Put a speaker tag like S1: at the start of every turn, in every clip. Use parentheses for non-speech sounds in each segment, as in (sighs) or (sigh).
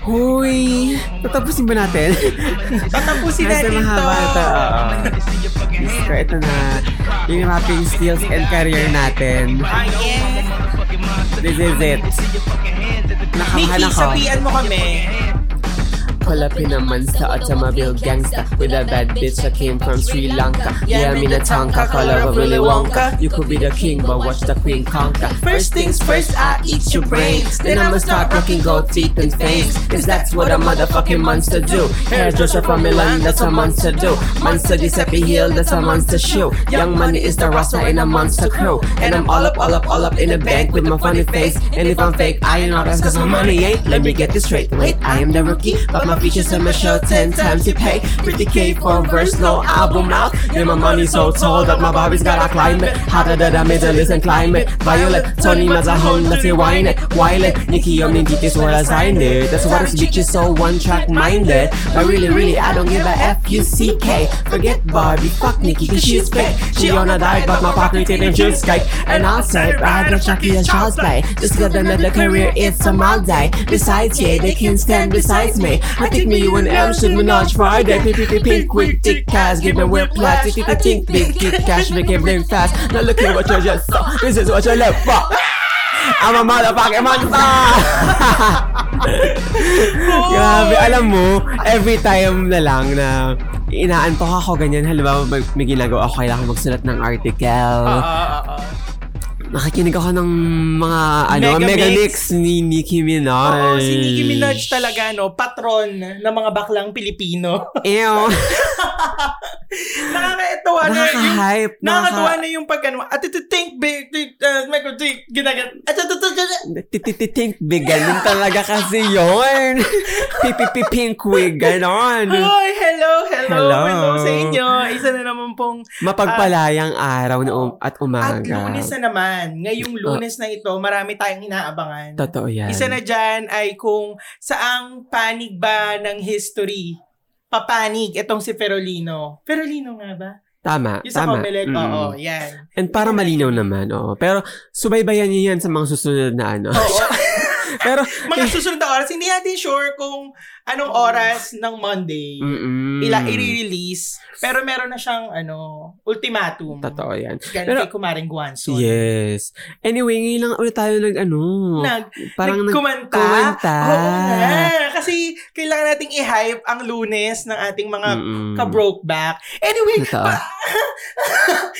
S1: Hoy! Tatapusin ba natin?
S2: Tatapusin natin
S1: Medyo
S2: ito.
S1: mahaba ito. oo. Yes, kahit na na yung mapping skills and career natin.
S2: Ah, yeah.
S1: This is it. Nakamahan
S2: Nikki,
S1: ako.
S2: sabihan mo kami.
S1: Kulapin naman sa automobile gangsta With a bad bitch that came from Sri Lanka Yeah, Minatangka, color of Willy Wonka You could be the king but watch the queen conquer
S2: First things first, I eat your brains. Then I'ma start rocking gold teeth and fangs. Cause that's what a motherfucking monster do. Hairdresser from Milan, that's a monster do. Monster Giuseppe Hill, that's a monster shoe. Young money is the roster in a monster crew. And I'm all up, all up, all up in the bank with my funny face. And if I'm fake, I ain't not that's cause my money ain't. Let me get this straight. Wait, I am the rookie, but my features in my show ten times you pay. Pretty K for a verse, no album out. Yeah, my money's so tall that my body's gotta climb it. Hotter than a Middle Eastern climate. Violet, Tony Mazahon, let's rewind it. Violet, Nikki, I'm Nikki, this what I signed it. That's why this bitch is so one track minded. But really, really, I don't give a F U C K. Forget Barbie, fuck Nikki, cause she's fake. She on a diet, but my partner didn't choose cake. And I'll say, I got Chucky and Charles Bay. Just got another career, it's a Monday. Besides, yeah, they can stand besides me. I think me, you and M should menage Friday. PPP pink with thick cash, give me whip plastic, think, think, big, get cash, make it bling fast. Now look at what you just saw. This is what you live for. I'm a motherfucking (laughs) monster!
S1: Grabe, alam mo, every time na lang na inaantok ako ganyan, halimbawa may, may ginagawa ako, kailangan magsulat ng article.
S2: Ah,
S1: Nakikinig ako ng mga ano,
S2: Mega
S1: mega mix
S2: mix.
S1: ni Nicki Minaj.
S2: Oo, ah. Oh, si Nicki Minaj talaga, no? Patron ng mga baklang Pilipino. (laughs)
S1: Ew.
S2: Nakakatawa na yung...
S1: Nakaka-hype.
S2: Nakakatawa na yung pag ano, at ito think big, think, uh, may ko think, ginagat, at ito, ito, ito, ito.
S1: Tititink big, ganun talaga kasi yun. (laughs) Pipipi pink wig, ganon.
S2: Hoy, hello, hello, hello,
S1: Hmm. Hello.
S2: sa inyo. Isa na naman pong,
S1: Mapagpalayang araw na um- at umaga.
S2: at lunes na naman. Ngayong
S1: Oh.
S2: lunes na ito, marami tayong inaabangan.
S1: Totoo yan.
S2: Isa na dyan ay kung saang panig ba ng history. Papanig itong si Ferolino. Ferolino nga ba?
S1: Tama,
S2: Yung sa
S1: tama.
S2: Comelec,
S1: Mm.
S2: oo, yan.
S1: And para malinaw naman, oo. Pero subaybayan niyo yan sa mga susunod na ano.
S2: Oo.
S1: (laughs) Pero,
S2: mga susunod na oras, hindi natin sure kung anong oras ng Monday
S1: mm
S2: (laughs) ila i-release. Pero meron na siyang ano, ultimatum.
S1: Totoo yan.
S2: Ganun
S1: Pero-
S2: kay Kumaring Guanson.
S1: Yes. Anyway, ngayon lang ulit tayo nag ano.
S2: Nag,
S1: parang nag-
S2: nagkumanta.
S1: kumanta.
S2: Oo nga. Kasi kailangan nating i-hype ang lunes ng ating mga
S1: Mm-mm.
S2: ka-broke back. Anyway,
S1: Totoo.
S2: pa-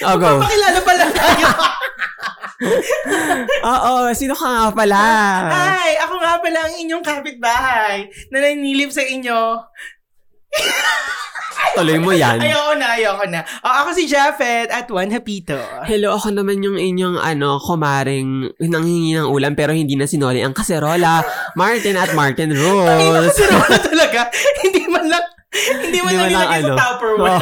S1: Oh,
S2: (laughs)
S1: go.
S2: pakilala
S1: (laughs)
S2: pala tayo.
S1: Oo, sino ka nga pala?
S2: Hi, ako nga pala ang inyong kapitbahay na nanilip sa inyo
S1: (laughs) Tuloy mo yan.
S2: Ayoko na, ayoko na. O, ako si Jafet at Juan Hapito. (laughs)
S1: Hello, ako naman yung inyong ano, kumaring nanghingi ng ulam pero hindi na sinoli ang kaserola. Martin at Martin
S2: Ayun,
S1: (laughs) Rules.
S2: na talaga. hindi man lang, hindi man lang nilagay
S1: ano.
S2: sa Tupperware.
S1: Oh.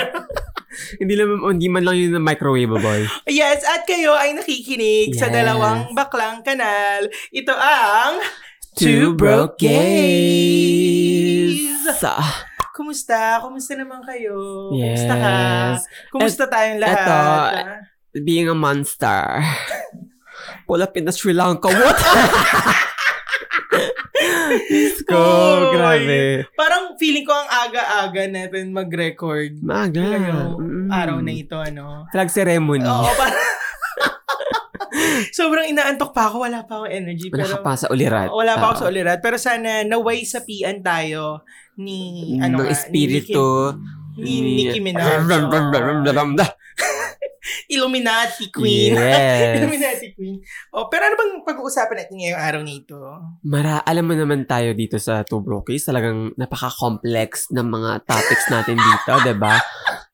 S1: hindi, lang, hindi man lang yun na microwavable.
S2: Yes, at kayo ay nakikinig sa
S1: Yes.
S2: dalawang baklang kanal. Ito ang...
S1: (laughs) Two Broke Gays. Ah.
S2: Kumusta? Kumusta naman kayo?
S1: Yes.
S2: Kumusta ka? Kumusta tayong lahat?
S1: eto,
S2: ah?
S1: being a monster. Pull up in the Sri Lanka. What? (laughs) Diyos ko,
S2: Uy.
S1: grabe.
S2: Parang feeling ko ang aga-aga natin mag-record.
S1: Maga.
S2: Talaga,
S1: Mm.
S2: araw na ito, ano?
S1: Flag ceremony.
S2: Oo, parang... Sobrang inaantok pa ako. Wala pa akong energy.
S1: Wala ka
S2: Pero,
S1: pa sa ulirat.
S2: wala pa ako sa
S1: Oo.
S2: ulirat. Pero sana naway sapian tayo ni... Ano
S1: ng
S2: nga,
S1: espiritu
S2: Ni, Nicki- ni Nicki Minaj. Oo. Illuminati Queen.
S1: Yes.
S2: (laughs) Illuminati Queen. Oh, pero ano bang pag-uusapan natin ngayong araw na ito?
S1: Mara, alam mo naman tayo dito sa Two Broke Gays, talagang napaka-complex ng mga topics natin dito, 'di ba?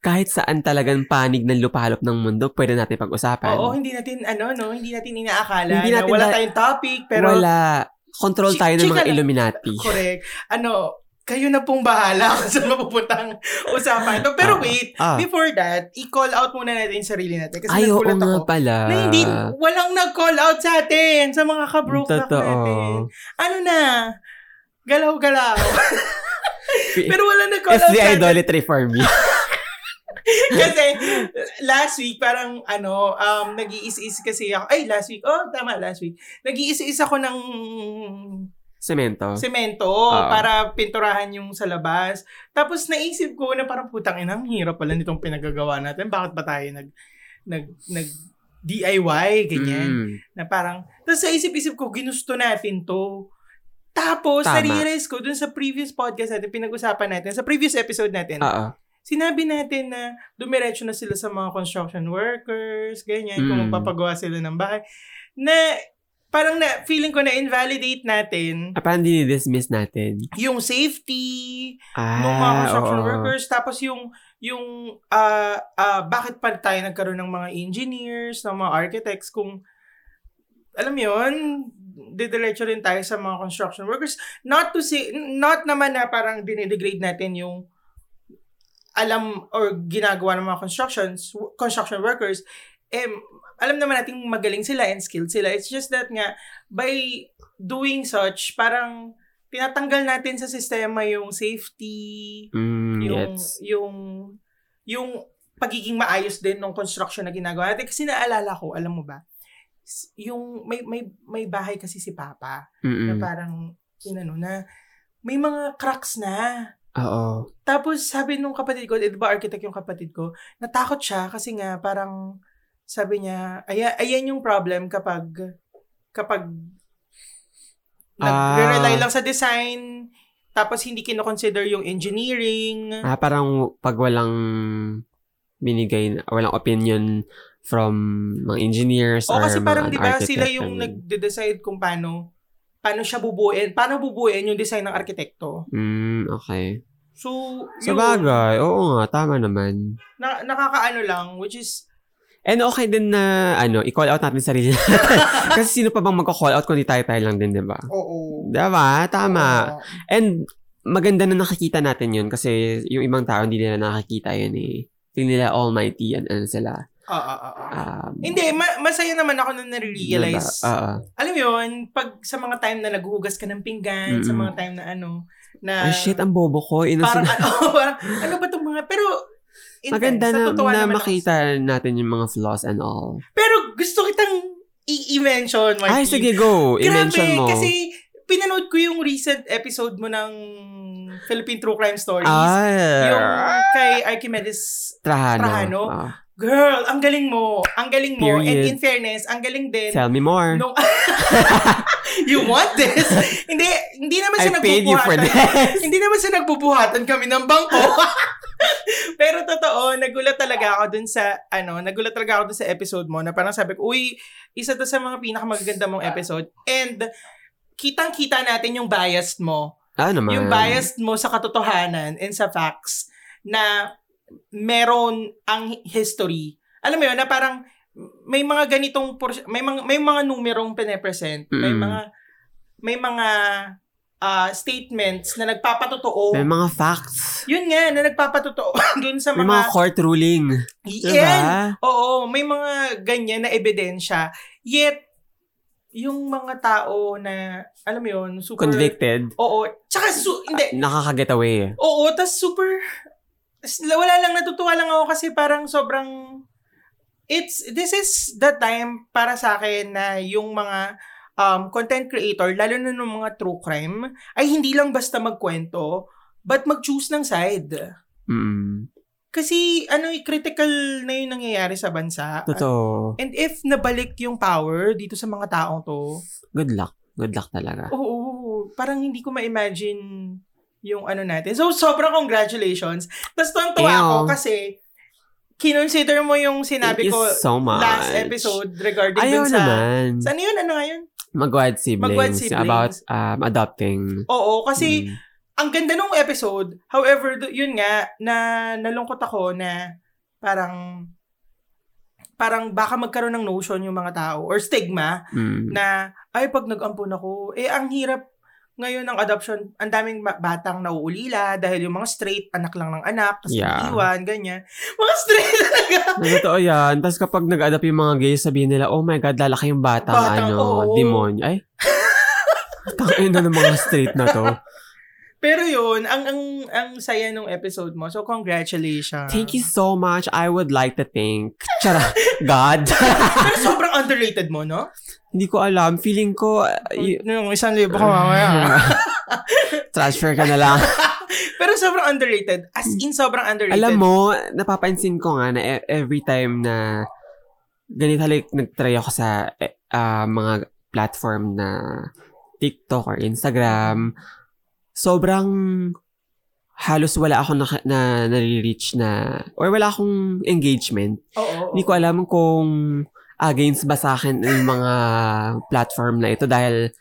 S1: Kahit saan talagang panig ng lupalop ng mundo, pwede natin pag-usapan.
S2: Oo, hindi natin, ano, no? Hindi natin inaakala
S1: Hindi natin
S2: na wala
S1: na-
S2: tayong topic. Pero,
S1: Wala. Control
S2: Chi-
S1: tayo ng
S2: chika
S1: mga
S2: lang.
S1: Illuminati.
S2: correct. Ano, kayo na pong bahala (laughs) kung saan mapupuntang usapan ito.
S1: Ah,
S2: Pero wait,
S1: Ah.
S2: Before that, i-call out muna natin yung sarili natin. Kasi
S1: Ay, oo
S2: nagulat
S1: nga
S2: ako.
S1: pala.
S2: Na hindi, walang nag-call out sa atin, sa mga kabroke back
S1: Totoo.
S2: natin. Ano na?
S1: (laughs)
S2: Galaw-galaw. Pero walang nag-call
S1: It's
S2: out
S1: the
S2: sa atin.
S1: idolatry for
S2: (laughs)
S1: me.
S2: Kasi last week, parang ano, um, nag-iis-is kasi ako. Ay, last week. Oh, tama, last week. Nag-iis-is ako ng
S1: Semento.
S2: semento
S1: Ah.
S2: para pinturahan yung sa labas. Tapos naisip ko na parang putang ina, ang hirap pala nitong pinagagawa natin. Bakit ba tayo nag nag nag DIY ganyan
S1: Mm.
S2: na parang tapos sa isip-isip ko ginusto natin to. Tapos
S1: Tama.
S2: nare-realize ko dun sa previous podcast natin pinag-usapan natin sa previous episode natin.
S1: Oo.
S2: Sinabi natin na dumiretso na sila sa mga construction workers, ganyan, kung
S1: Mm.
S2: papagawa sila ng bahay. Na parang na feeling ko na invalidate natin
S1: Ah, Parang dinidismiss natin.
S2: yung safety
S1: Ah,
S2: ng mga construction
S1: oo.
S2: workers tapos yung yung ah, ah, bakit pa tayo nagkaroon ng mga engineers ng mga architects kung alam yon didiretso rin tayo sa mga construction workers not to say not naman na parang dinedegrade natin yung alam or ginagawa ng mga constructions construction workers eh, alam naman natin magaling sila and skilled sila it's just that nga by doing such parang tinatanggal natin sa sistema yung safety
S1: Mm,
S2: yung
S1: gets.
S2: yung yung pagiging maayos din ng construction na ginagawa natin kasi naalala ko alam mo ba s- yung may may may bahay kasi si Papa na
S1: Mm-mm.
S2: parang inano na may mga cracks na
S1: Oo.
S2: tapos sabi nung kapatid ko, eh, di ba architect yung kapatid ko, natakot siya kasi nga parang sabi niya, ayan, ayan yung problem kapag kapag
S1: Ah.
S2: nag-rely lang sa design tapos hindi kinoconsider yung engineering.
S1: Ah, parang pag walang binigay, walang opinion from mga engineers
S2: o
S1: or
S2: kasi
S1: mga
S2: parang
S1: an
S2: di ba
S1: architect,
S2: sila yung
S1: ganun.
S2: nagde-decide kung paano paano siya bubuin, paano bubuin yung design ng arkitekto.
S1: Mm, okay.
S2: So,
S1: Sa
S2: yun,
S1: bagay, oo nga, tama naman.
S2: na, nakakaano lang, which is,
S1: And okay din na, ano, i-call out natin sarili natin. (laughs) Kasi sino pa bang magka-call out kundi tayo-tayo lang din, di ba?
S2: oo.
S1: Diba? Tama.
S2: Oo.
S1: And maganda na nakikita natin yun kasi yung ibang tao hindi nila nakakita yun eh. Tingin nila almighty and ano sila.
S2: Oo, oo, oo.
S1: Um,
S2: Hindi, ma- masaya naman ako nung narealize.
S1: diba? Oo.
S2: Alam mo yun, pag sa mga time na naghuhugas ka ng pinggan, sa
S1: Mm-mm.
S2: mga time na ano, na...
S1: Ay, shit, ang bobo ko.
S2: parang,
S1: Innocent.
S2: (laughs) ano, parang, ano ba itong mga... Pero, in
S1: Maganda
S2: fairness,
S1: na,
S2: natutuwa
S1: na
S2: naman ako.
S1: makita natin yung mga flaws and all.
S2: Pero gusto kitang i- i-mention, Marky.
S1: Ay, sige, go. I-mention
S2: Grabe,
S1: mo.
S2: kasi pinanood ko yung recent episode mo ng Philippine True Crime Stories. yung
S1: Ah,
S2: kay Archimedes.
S1: Trahano.
S2: Trahano.
S1: Ah,
S2: Girl, ang galing mo. Ang galing mo.
S1: Period.
S2: And in fairness, ang galing din
S1: tell me more.
S2: No. (laughs) you want this? hindi, hindi naman
S1: I
S2: siya
S1: paid you for
S2: nagbubuhatan.
S1: this.
S2: hindi naman siya nagbubuhatan kami ng bangko. (laughs) Pero totoo, nagulat talaga ako dun sa, ano, nagulat talaga ako dun sa episode mo na parang sabi ko, uy, isa to sa mga pinakamagaganda mong episode. And, kitang-kita natin yung bias mo.
S1: (laughs) Ah, naman.
S2: Yung bias mo sa katotohanan and sa facts na meron ang history. Alam mo yun, na parang may mga ganitong por- may mga may mga numerong pine-present, may
S1: Mm.
S2: mga may mga ah, statements na nagpapatotoo.
S1: May mga facts.
S2: Yun nga na nagpapatotoo (laughs) dun sa
S1: May mga
S2: mga,
S1: court ruling.
S2: Yan!
S1: Diba?
S2: Oo, may mga ganyan na ebidensya. Yet yung mga tao na alam mo yun, super
S1: Convicted.
S2: Oo, tsaka su- hindi,
S1: Nakaka-get away.
S2: Oo, tas super... tas Wala lang, natutuwa lang ako kasi parang sobrang... It's, this is the time para sa akin na yung mga um, content creator, lalo na ng mga true crime, ay hindi lang basta magkwento, but mag-choose ng side.
S1: Mm-mm.
S2: Kasi ano, eh, critical na yung nangyayari sa bansa.
S1: Totoo.
S2: And if nabalik yung power dito sa mga taong to,
S1: Good luck. Good luck talaga.
S2: Oo, parang hindi ko ma-imagine yung ano natin. So, sobrang congratulations. Tapos, tuwa
S1: Ew.
S2: ako kasi kinonsider mo yung sinabi
S1: Thank
S2: ko
S1: you so much.
S2: last episode regarding
S1: Ayaw
S2: dun sa...
S1: naman.
S2: Sa ano yun? Ano nga yun?
S1: Magwad siblings.
S2: Magwad siblings.
S1: About um, adopting.
S2: Oo, kasi
S1: Mm.
S2: ang ganda nung episode. However, do- yun nga, na nalungkot ako na parang parang baka magkaroon ng notion yung mga tao or stigma
S1: Mm.
S2: na ay pag nag-ampon ako, eh ang hirap ngayon ng adoption, ang daming ma- batang nauulila dahil yung mga straight, anak lang ng anak, tapos
S1: Yeah.
S2: iwan, ganyan. Mga straight (laughs) talaga.
S1: Na Totoo yan. Tapos kapag nag-adapt yung mga gays, sabihin nila, oh my God, lalaki yung batang, ano,
S2: Batang, (laughs) oo.
S1: demonyo. Ay, tangin na ng mga straight na to.
S2: Pero yun, ang ang ang saya nung episode mo. So congratulations.
S1: Thank you so much. I would like to thank Chara, God.
S2: Pero sobrang underrated mo, no?
S1: Hindi ko alam. Feeling ko, uh, y-
S2: Yung isang libo ko mamaya.
S1: (laughs) transfer ka na lang.
S2: Pero sobrang underrated. As in, sobrang underrated.
S1: alam mo, napapansin ko nga na e- every time na ganito like nagtry ako sa eh, ah, mga platform na TikTok or Instagram, sobrang halos wala akong na, na nare-reach na or wala akong engagement.
S2: Oo. oo.
S1: Hindi ko alam kung against ba sa akin yung mga platform na ito dahil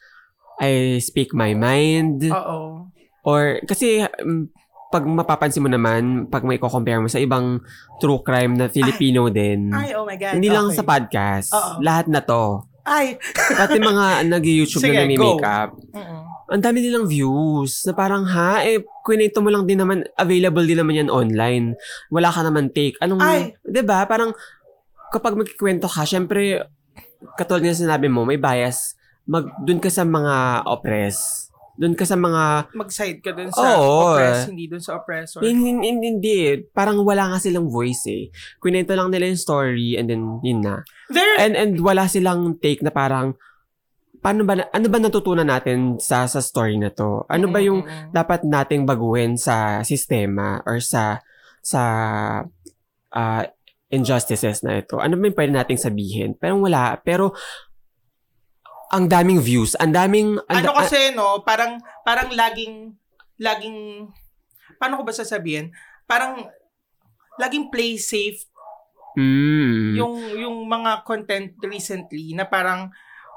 S1: I speak my mind.
S2: Oo.
S1: Or, kasi, um, pag mapapansin mo naman, pag may compare mo sa ibang true crime na Filipino din,
S2: Ay, oh my God.
S1: hindi lang
S2: okay.
S1: sa podcast,
S2: Oo.
S1: lahat na to.
S2: Ay.
S1: Pati
S2: (laughs)
S1: mga nag-YouTube
S2: Sige,
S1: na
S2: go.
S1: nami-makeup,
S2: Oo.
S1: ang dami nilang views. Na parang, ha, eh, kwento mo lang din naman, available din naman yan online. Wala ka naman take. Anong,
S2: Ay.
S1: 'di ba parang, kapag magkikwento ka, syempre, katulad nga sinabi mo, may bias. Mag, dun ka sa mga oppress. Dun ka sa mga
S2: Mag-side ka dun sa
S1: Oo, eh.
S2: oppress, hindi dun sa oppressor.
S1: Hindi, hindi, hindi, hindi. Parang wala nga silang voice eh. Kwento lang nila yung story and then yun na.
S2: There,
S1: And, and wala silang take na parang, paano ba, na- ano ba natutunan natin sa, sa story na to? Ano ba yung
S2: Mm-mm.
S1: dapat nating baguhin sa sistema or sa, sa, ah, injustices na ito? Ano ba yung pwede nating sabihin? Pero wala. Pero, ang daming views, ang daming, ang,
S2: ano
S1: da-
S2: kasi, no, parang, parang laging, laging, paano ko ba sasabihin? Parang, laging play safe
S1: Mm.
S2: yung yung mga content recently na parang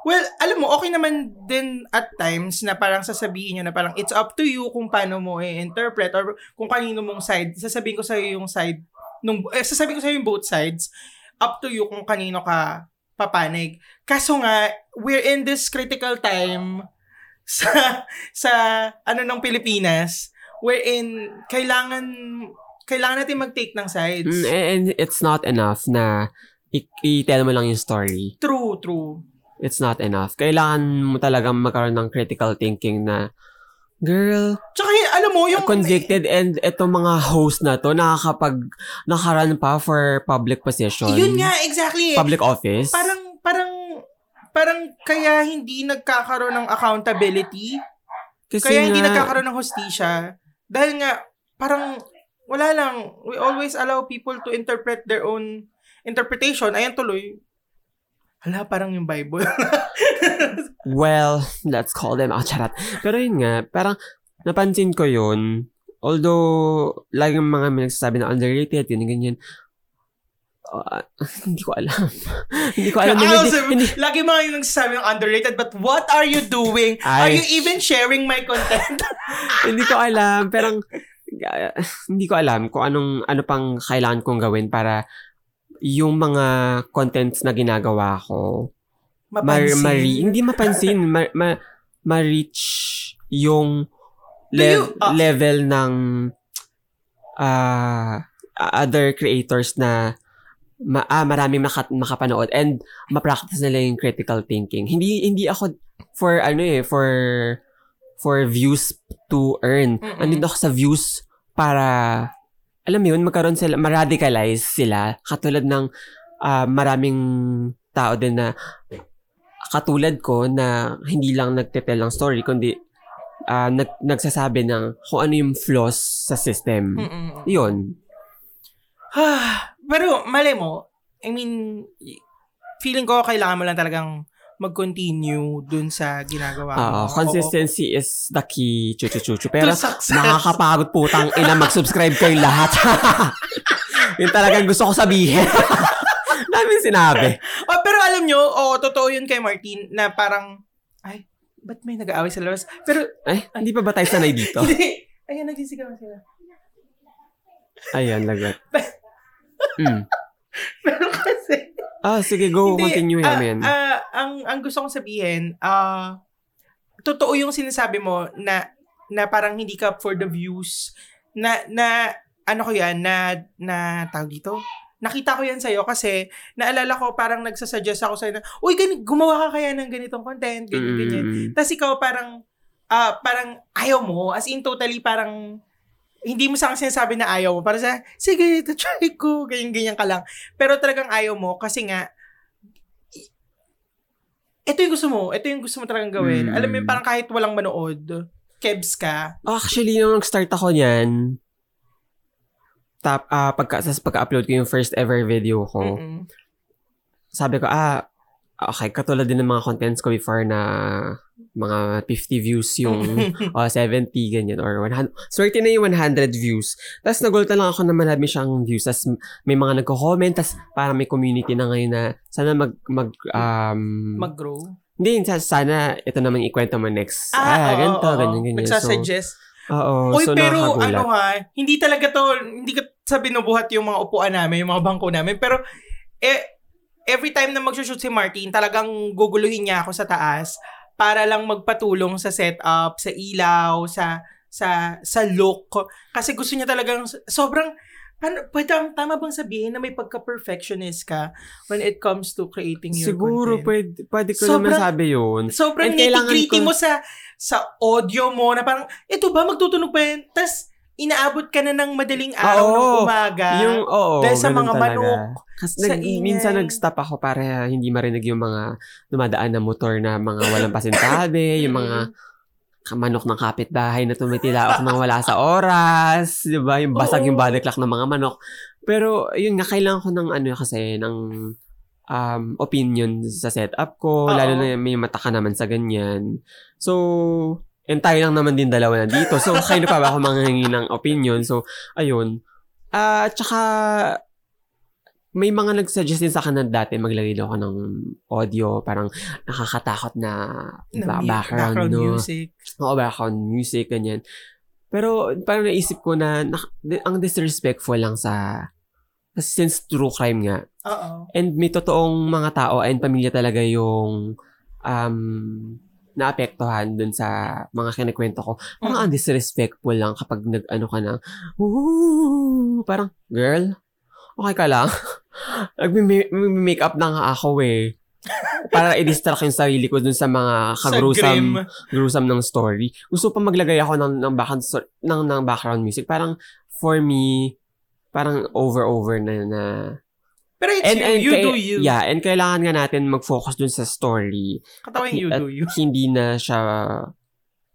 S2: well, alam mo, okay naman din at times na parang sasabihin nyo na parang it's up to you kung paano mo i-interpret or kung kanino mong side. Sasabihin ko sa'yo yung side nung eh, sasabihin ko sa'yo yung both sides. Up to you kung kanino ka papanig. Kaso nga, we're in this critical time (laughs) sa sa ano ng Pilipinas wherein kailangan kailangan natin mag-take ng
S1: Mm,
S2: sides.
S1: and and it's not enough na i- i-tell mo lang yung story.
S2: True, true.
S1: It's not enough. Kailangan mo talagang magkaroon ng critical thinking na, girl,
S2: Tsaka yun, alam mo, yung...
S1: convicted and etong mga host na to nakakapag, nakarun pa for public position.
S2: Yun nga, exactly. eh.
S1: Public office.
S2: Parang, parang, parang kaya hindi nagkakaroon ng accountability,
S1: Kasi
S2: kaya hindi
S1: nga,
S2: nagkakaroon ng hostisya, dahil nga, parang, wala lang, we always allow people to interpret their own interpretation. Ayan tuloy. Hala, parang yung Bible. (laughs)
S1: Well, let's call them out. Charot. Pero yun nga, parang napansin ko yun. Although, lagi mga may nagsasabi na underrated, yun, ganyan. Ah, hindi ko alam. (laughs) hindi ko alam.
S2: I
S1: Hindi-
S2: also-
S1: hindi-
S2: Lagi mga yung nagsasabi ng underrated, but what are you doing? Are
S1: Ay.
S2: you even sharing my content? (laughs)
S1: hindi ko alam. Parang, ah, hindi ko alam kung anong, ano pang kailangan kong gawin para yung mga contents na ginagawa ko, ma-
S2: Mapansin.
S1: mari- hindi mapansin, ma- ma- ma-reach yung
S2: Do
S1: lev-
S2: you- ah.
S1: level ng ah, other creators na ma- ah, maraming maka- makapanood and ma-practice nila yung critical thinking. Hindi hindi ako for ano eh, for for views to earn.
S2: Mm-mm.
S1: Andito ako sa views para alam mo yun, magkaroon sila, maradicalize sila. Katulad ng ah, maraming tao din na katulad ko na hindi lang nagtetel ng story, kundi ah, nag, nagsasabi ng kung ano yung flaws sa system.
S2: Mm-mm.
S1: Yun.
S2: Ah, (sighs) Pero mali mo, I mean, y- feeling ko kailangan mo lang talagang mag-continue dun sa ginagawa mo.
S1: Ah,
S2: Oo.
S1: consistency is the key. Chuchu-chuchu.
S2: To
S1: Pero
S2: success.
S1: (laughs) nakakapagod putang ina. Mag-subscribe kayong lahat. (laughs) yun talagang gusto ko sabihin. (laughs) Daming sinabi.
S2: (laughs) Oh, pero alam nyo, oh, totoo yun kay Martin na parang, ay, ba't may nag-aaway sa labas? Pero,
S1: Ay, hindi pa ba tayo sanay dito?
S2: (laughs) hindi. Ayan, nagsisigaw sila. (laughs)
S1: Ayan, lagot. Mm.
S2: Pero kasi,
S1: Ah, sige, go.
S2: Hindi,
S1: Continue
S2: ah,
S1: namin.
S2: ah, ang, ang gusto kong sabihin, ah, totoo yung sinasabi mo na, na parang hindi ka for the views, na, na, ano ko yan, na, na, tawag dito? Nakita ko yan sa'yo kasi naalala ko parang nagsasuggest ako sa'yo na, uy, gani, gumawa ka kaya ng ganitong content, ganyan, ganyan.
S1: Mm.
S2: Tapos ikaw parang, ah parang ayaw mo. As in, totally parang hindi mo sa akin sinasabi na ayaw mo. Para sa, sige, ito try ko. Ganyan-ganyan ka lang. Pero talagang ayaw mo kasi nga, i- ito yung gusto mo. Ito yung gusto mo talagang gawin.
S1: Mm.
S2: Alam mo yun, parang kahit walang manood, kebs ka.
S1: Actually, nung nag-start ako niyan, tap, ah pagka, sa pagka-upload ko yung first ever video ko,
S2: Mm-mm.
S1: sabi ko, ah, okay, katulad din ng mga contents ko before na mga 50 views yung (laughs) o 70, ganyan, or 100. Swerte na yung 100 views. Tapos nagulta lang ako na marami siyang views. Tapos may mga nagko-comment, tapos parang may community na ngayon na sana mag, mag, um,
S2: (laughs) Mag-grow.
S1: hindi, sa- sana ito naman ikwento mo next. Ah,
S2: oo,
S1: ganito,
S2: oo,
S1: ganyan,
S2: oo.
S1: ganyan.
S2: Nagsasuggest.
S1: So, oo,
S2: Uy,
S1: so
S2: pero
S1: nakakagulat.
S2: ano ha, hindi talaga to, hindi ka sa binubuhat yung mga upuan namin, yung mga bangko namin. Pero, eh, every time na magsushoot si Martin, talagang guguluhin niya ako sa taas para lang magpatulong sa setup, sa ilaw, sa sa sa look. Kasi gusto niya talagang sobrang ano, pwede, tama bang sabihin na may pagka-perfectionist ka when it comes to creating your
S1: Siguro,
S2: content?
S1: pwede, pwede ko naman
S2: Sobrang-
S1: sabi yun.
S2: Sobrang
S1: And kailangan
S2: nitty-gritty
S1: ko-
S2: mo sa sa audio mo na parang, ito ba magtutunog pa yan? Tapos, inaabot ka na ng madaling araw
S1: Ah, Oo,
S2: ng umaga.
S1: Yung, oo,
S2: dahil sa
S1: ganun
S2: mga
S1: talaga.
S2: manok,
S1: Kasi
S2: sa
S1: nag,
S2: ingay.
S1: minsan nag-stop ako para hindi marinig yung mga dumadaan na motor na mga walang
S2: (laughs)
S1: pasintabi, yung mga manok ng kapitbahay na tumitilaok ng wala sa oras, di ba? Yung basag
S2: Oo.
S1: yung body clock ng mga manok. Pero, yun nga, kailangan ko ng ano kasi, ng um, opinion sa setup ko,
S2: Oo.
S1: lalo na may mata ka naman sa ganyan. So, and tayo lang naman din dalawa nandito. So, kayo pa ba ako manghingi ng opinion? So, ayun. Ah, tsaka, may mga nag-suggest din sa akin na dati maglagay daw ako ng audio, parang nakakatakot na
S2: ng
S1: ba-
S2: mu-
S1: background, no?
S2: music.
S1: Oo, background music, ganyan. Pero parang naisip ko na, nak- di- ang disrespectful lang sa, kasi since true crime nga,
S2: Oo.
S1: and may totoong mga tao and pamilya talaga yung um, naapektuhan dun sa mga kinikwento ko. Parang
S2: Mm.
S1: ang disrespectful lang kapag nag-ano ka ng, "Ooh," parang, girl, okay ka lang? (laughs) Nag-make up na nga ako eh. Para i-distract yung sarili ko dun sa mga
S2: (laughs) Sa grim.
S1: kagrusam, gruesome ng story. Gusto pa maglagay ako ng, ng, background, stor- ng, ng background music. Parang, for me, parang over-over na na
S2: Pero it's you, you
S1: kay-
S2: do you.
S1: Yeah, and kailangan nga natin mag-focus dun sa story.
S2: Katawin you
S1: At-
S2: do you.
S1: Hindi na siya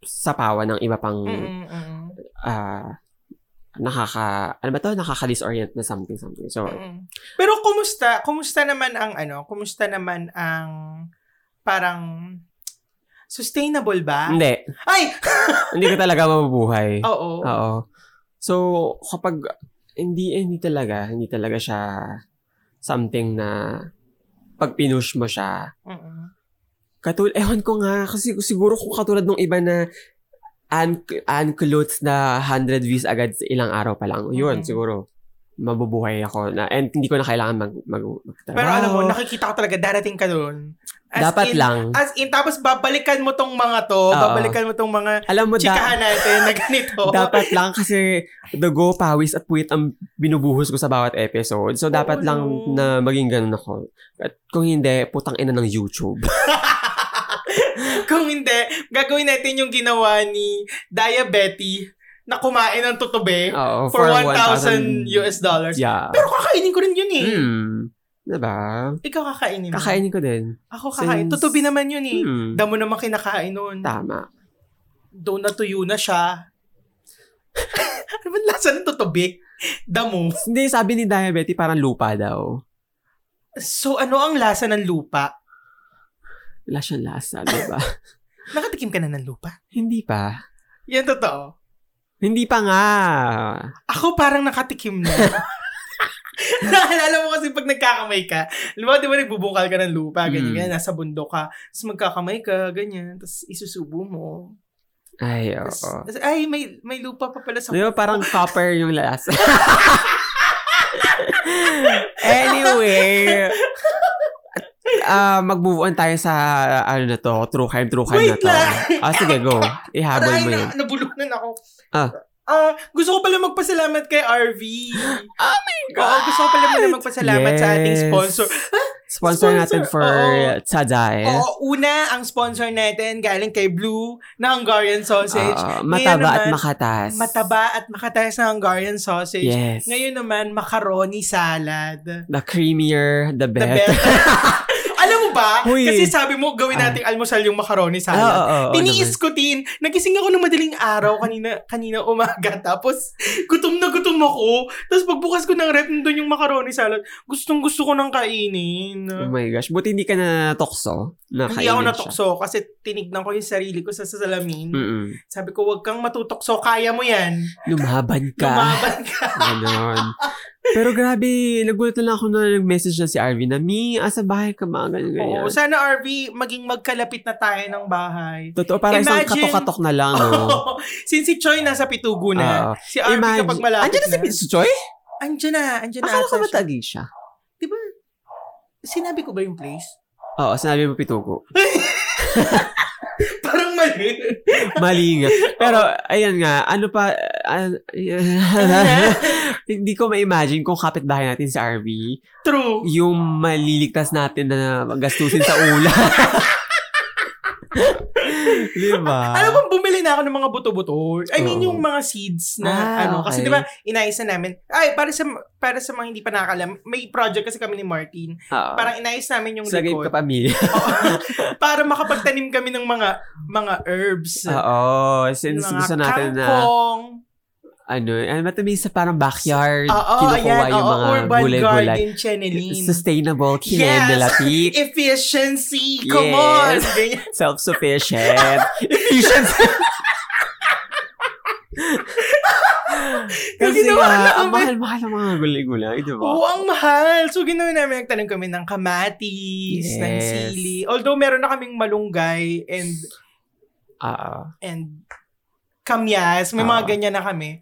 S1: sapawan ng iba pang
S2: Mm, mm, mm,
S1: ah, nakaka ano ba to nakaka-disorient na something something. So,
S2: mm. Pero kumusta, kumusta naman ang ano, kumusta naman ang parang sustainable ba?
S1: hindi, (laughs)
S2: Ay!
S1: hindi ko talaga
S2: (laughs)
S1: mabubuhay.
S2: Oo.
S1: Oo. So, kapag hindi hindi talaga, hindi talaga siya something na pag pinush mo siya,
S2: Mm-mm.
S1: Katul ewan ko nga, kasi siguro kung katulad nung iba na un- unclothed na 100 views agad sa ilang araw pa lang. Yun,
S2: Mhm.
S1: siguro mabubuhay ako na and hindi ko na kailangan mag, mag magtrabaho.
S2: Pero alam mo, nakikita ko talaga, darating ka doon. As
S1: dapat
S2: in,
S1: lang.
S2: As in, tapos babalikan mo tong mga to,
S1: Oo.
S2: babalikan mo tong mga
S1: alam mo, da-
S2: chikahan natin na
S1: (laughs)
S2: ganito. (laughs)
S1: dapat lang kasi dugo, pawis at puwit ang binubuhos ko sa bawat episode. So, dapat
S2: Oo,
S1: lang
S2: no.
S1: na maging ganun ako. At kung hindi, putang ina ng YouTube.
S2: (laughs) Kung hindi, gagawin natin yung ginawa ni Diabetes na kumain ng tutube
S1: Oo,
S2: for 1,000 US dollars.
S1: Yeah.
S2: Pero kakainin ko rin yun eh.
S1: Mm. Diba?
S2: Ikaw kakainin mo.
S1: Kakainin ko din.
S2: Ako kakain.
S1: Since-
S2: Tutubi naman yun eh.
S1: Mm.
S2: Damo naman kinakain nun.
S1: Tama.
S2: Doon natuyo na siya. (laughs) ano ba lasa ng tutubi? Damo.
S1: Hindi, sabi ni Diabetes, parang lupa daw.
S2: So ano ang lasa ng lupa?
S1: Wala siyang lasa, di
S2: (laughs)
S1: ba?
S2: Nakatikim ka na ng lupa?
S1: diba? Hindi pa.
S2: Yan totoo.
S1: Hindi pa nga.
S2: Ako parang nakatikim na. (laughs) Naalala mo kasi pag nagkakamay ka, di ba, di ba nagbubungkal ka ng lupa,
S1: Mm.
S2: ganyan, ganyan, nasa bundok ka, tapos magkakamay ka, ganyan, tapos isusubo mo.
S1: Ay,
S2: Tapos,
S1: oo.
S2: tapos, ay, may, may lupa pa pala sa...
S1: Di ba
S2: (laughs)
S1: parang copper yung lasa? (laughs) anyway, ah mag-move on tayo sa, ano na to, true crime, true crime
S2: Wait
S1: na to.
S2: lang!
S1: Ah, sige, go. Ihabol
S2: Aray,
S1: mo yun.
S2: na, nabulunan ako.
S1: Ah.
S2: Ah, gusto ko pala magpasalamat kay RV.
S1: Oh my
S2: Oo, gusto ko pala muna magpasalamat sa ating
S1: Yes.
S2: sponsor.
S1: Sponsor, natin
S2: Sponsor,
S1: for
S2: oo.
S1: Tsaday.
S2: Oo, una, ang sponsor natin galing kay Blue na Hungarian sausage.
S1: Oo, Ah,
S2: Ngayon
S1: mataba at
S2: naman,
S1: makatas.
S2: Mataba at makatas na Hungarian sausage.
S1: Yes.
S2: Ngayon naman, macaroni salad.
S1: the creamier, the
S2: The
S1: better.
S2: best. Alam mo ba?
S1: Huy.
S2: Kasi sabi mo, gawin
S1: Ah.
S2: nating almusal yung macaroni
S1: (laughs) Oo, oo,
S2: salad.
S1: oo,
S2: Tiniis ko din. Nagising ako ng madaling araw kanina kanina umaga. (laughs) Tapos, gutom na gutom ako. Tapos pagbukas ko ng rep, nandun yung macaroni salad. Gustong gusto ko nang kainin.
S1: naman. Oh my gosh. Buti hindi ka na natokso.
S2: Hindi ako natokso kasi tinignan ko yung sarili ko sa sa salamin.
S1: Mm-mm.
S2: Sabi ko, wag kang matutokso. Kaya mo yan.
S1: Lumaban ka.
S2: Lumaban ka.
S1: Ganon. Pero grabe, nagulat na lang ako na nag-message na si Arvin na, Mi, asa bahay ka ba? Ganyan, ganyan.
S2: Oo, sana RV, maging magkalapit na tayo ng bahay.
S1: Totoo, parang isang
S2: Imagine-
S1: katok-katok na lang. No?
S2: (laughs) Since si Choi nasa pitugo
S1: Oo.
S2: na, si RV kapag malapit
S1: Ah, Andiyan na si Miss Joy?
S2: Andiyan na, andiyan na.
S1: Akala ko
S2: ata
S1: ba
S2: siya.
S1: tagi siya?
S2: Di ba? Sinabi ko ba yung place? (laughs)
S1: Oo, sinabi mo pituko.
S2: Parang mali.
S1: (laughs)
S2: (laughs)
S1: Mali nga. Pero, ayan nga, ano pa, ah, (laughs) hindi ko ma-imagine kung kapitbahay natin si RV,
S2: True.
S1: yung maliligtas natin na gastusin sa (laughs) ulan. diba?
S2: Alam mo, bumili na ako ng mga buto-buto. I mean,
S1: Oo.
S2: yung mga seeds na
S1: Ah,
S2: ano. Kasi
S1: okay.
S2: di ba, inaisa namin. Ay, para sa para sa mga hindi pa nakakalam, may project kasi kami ni Martin.
S1: Oo.
S2: Parang inayos namin yung
S1: Ah. sa game
S2: likod.
S1: ka pamilya.
S2: (laughs) para makapagtanim kami ng mga mga herbs.
S1: Ah, Oo. Since
S2: mga
S1: gusto natin na,
S2: kangkong.
S1: ano, ano ba ito, sa parang backyard,
S2: Oo,
S1: kinukuha
S2: ayan.
S1: yung
S2: oo,
S1: mga
S2: urban
S1: gulay-gulay.
S2: garden, chenelin.
S1: Sustainable, kinendelapik,
S2: (laughs) Efficiency,
S1: Yes.
S2: come
S1: (laughs)
S2: on! Ganyan.
S1: self-sufficient,
S2: (laughs)
S1: efficient. Kasi
S2: Ginawa na
S1: nga, ang
S2: kami.
S1: mahal-mahal ang mga gulay-gulay, di ba?
S2: Oo, ang mahal. So, ginawa namin, nagtanong kami ng kamatis,
S1: Yes.
S2: ng sili. Although, meron na kaming malunggay and
S1: Oo.
S2: and kamyas. May mga
S1: Ah.
S2: ganyan na kami.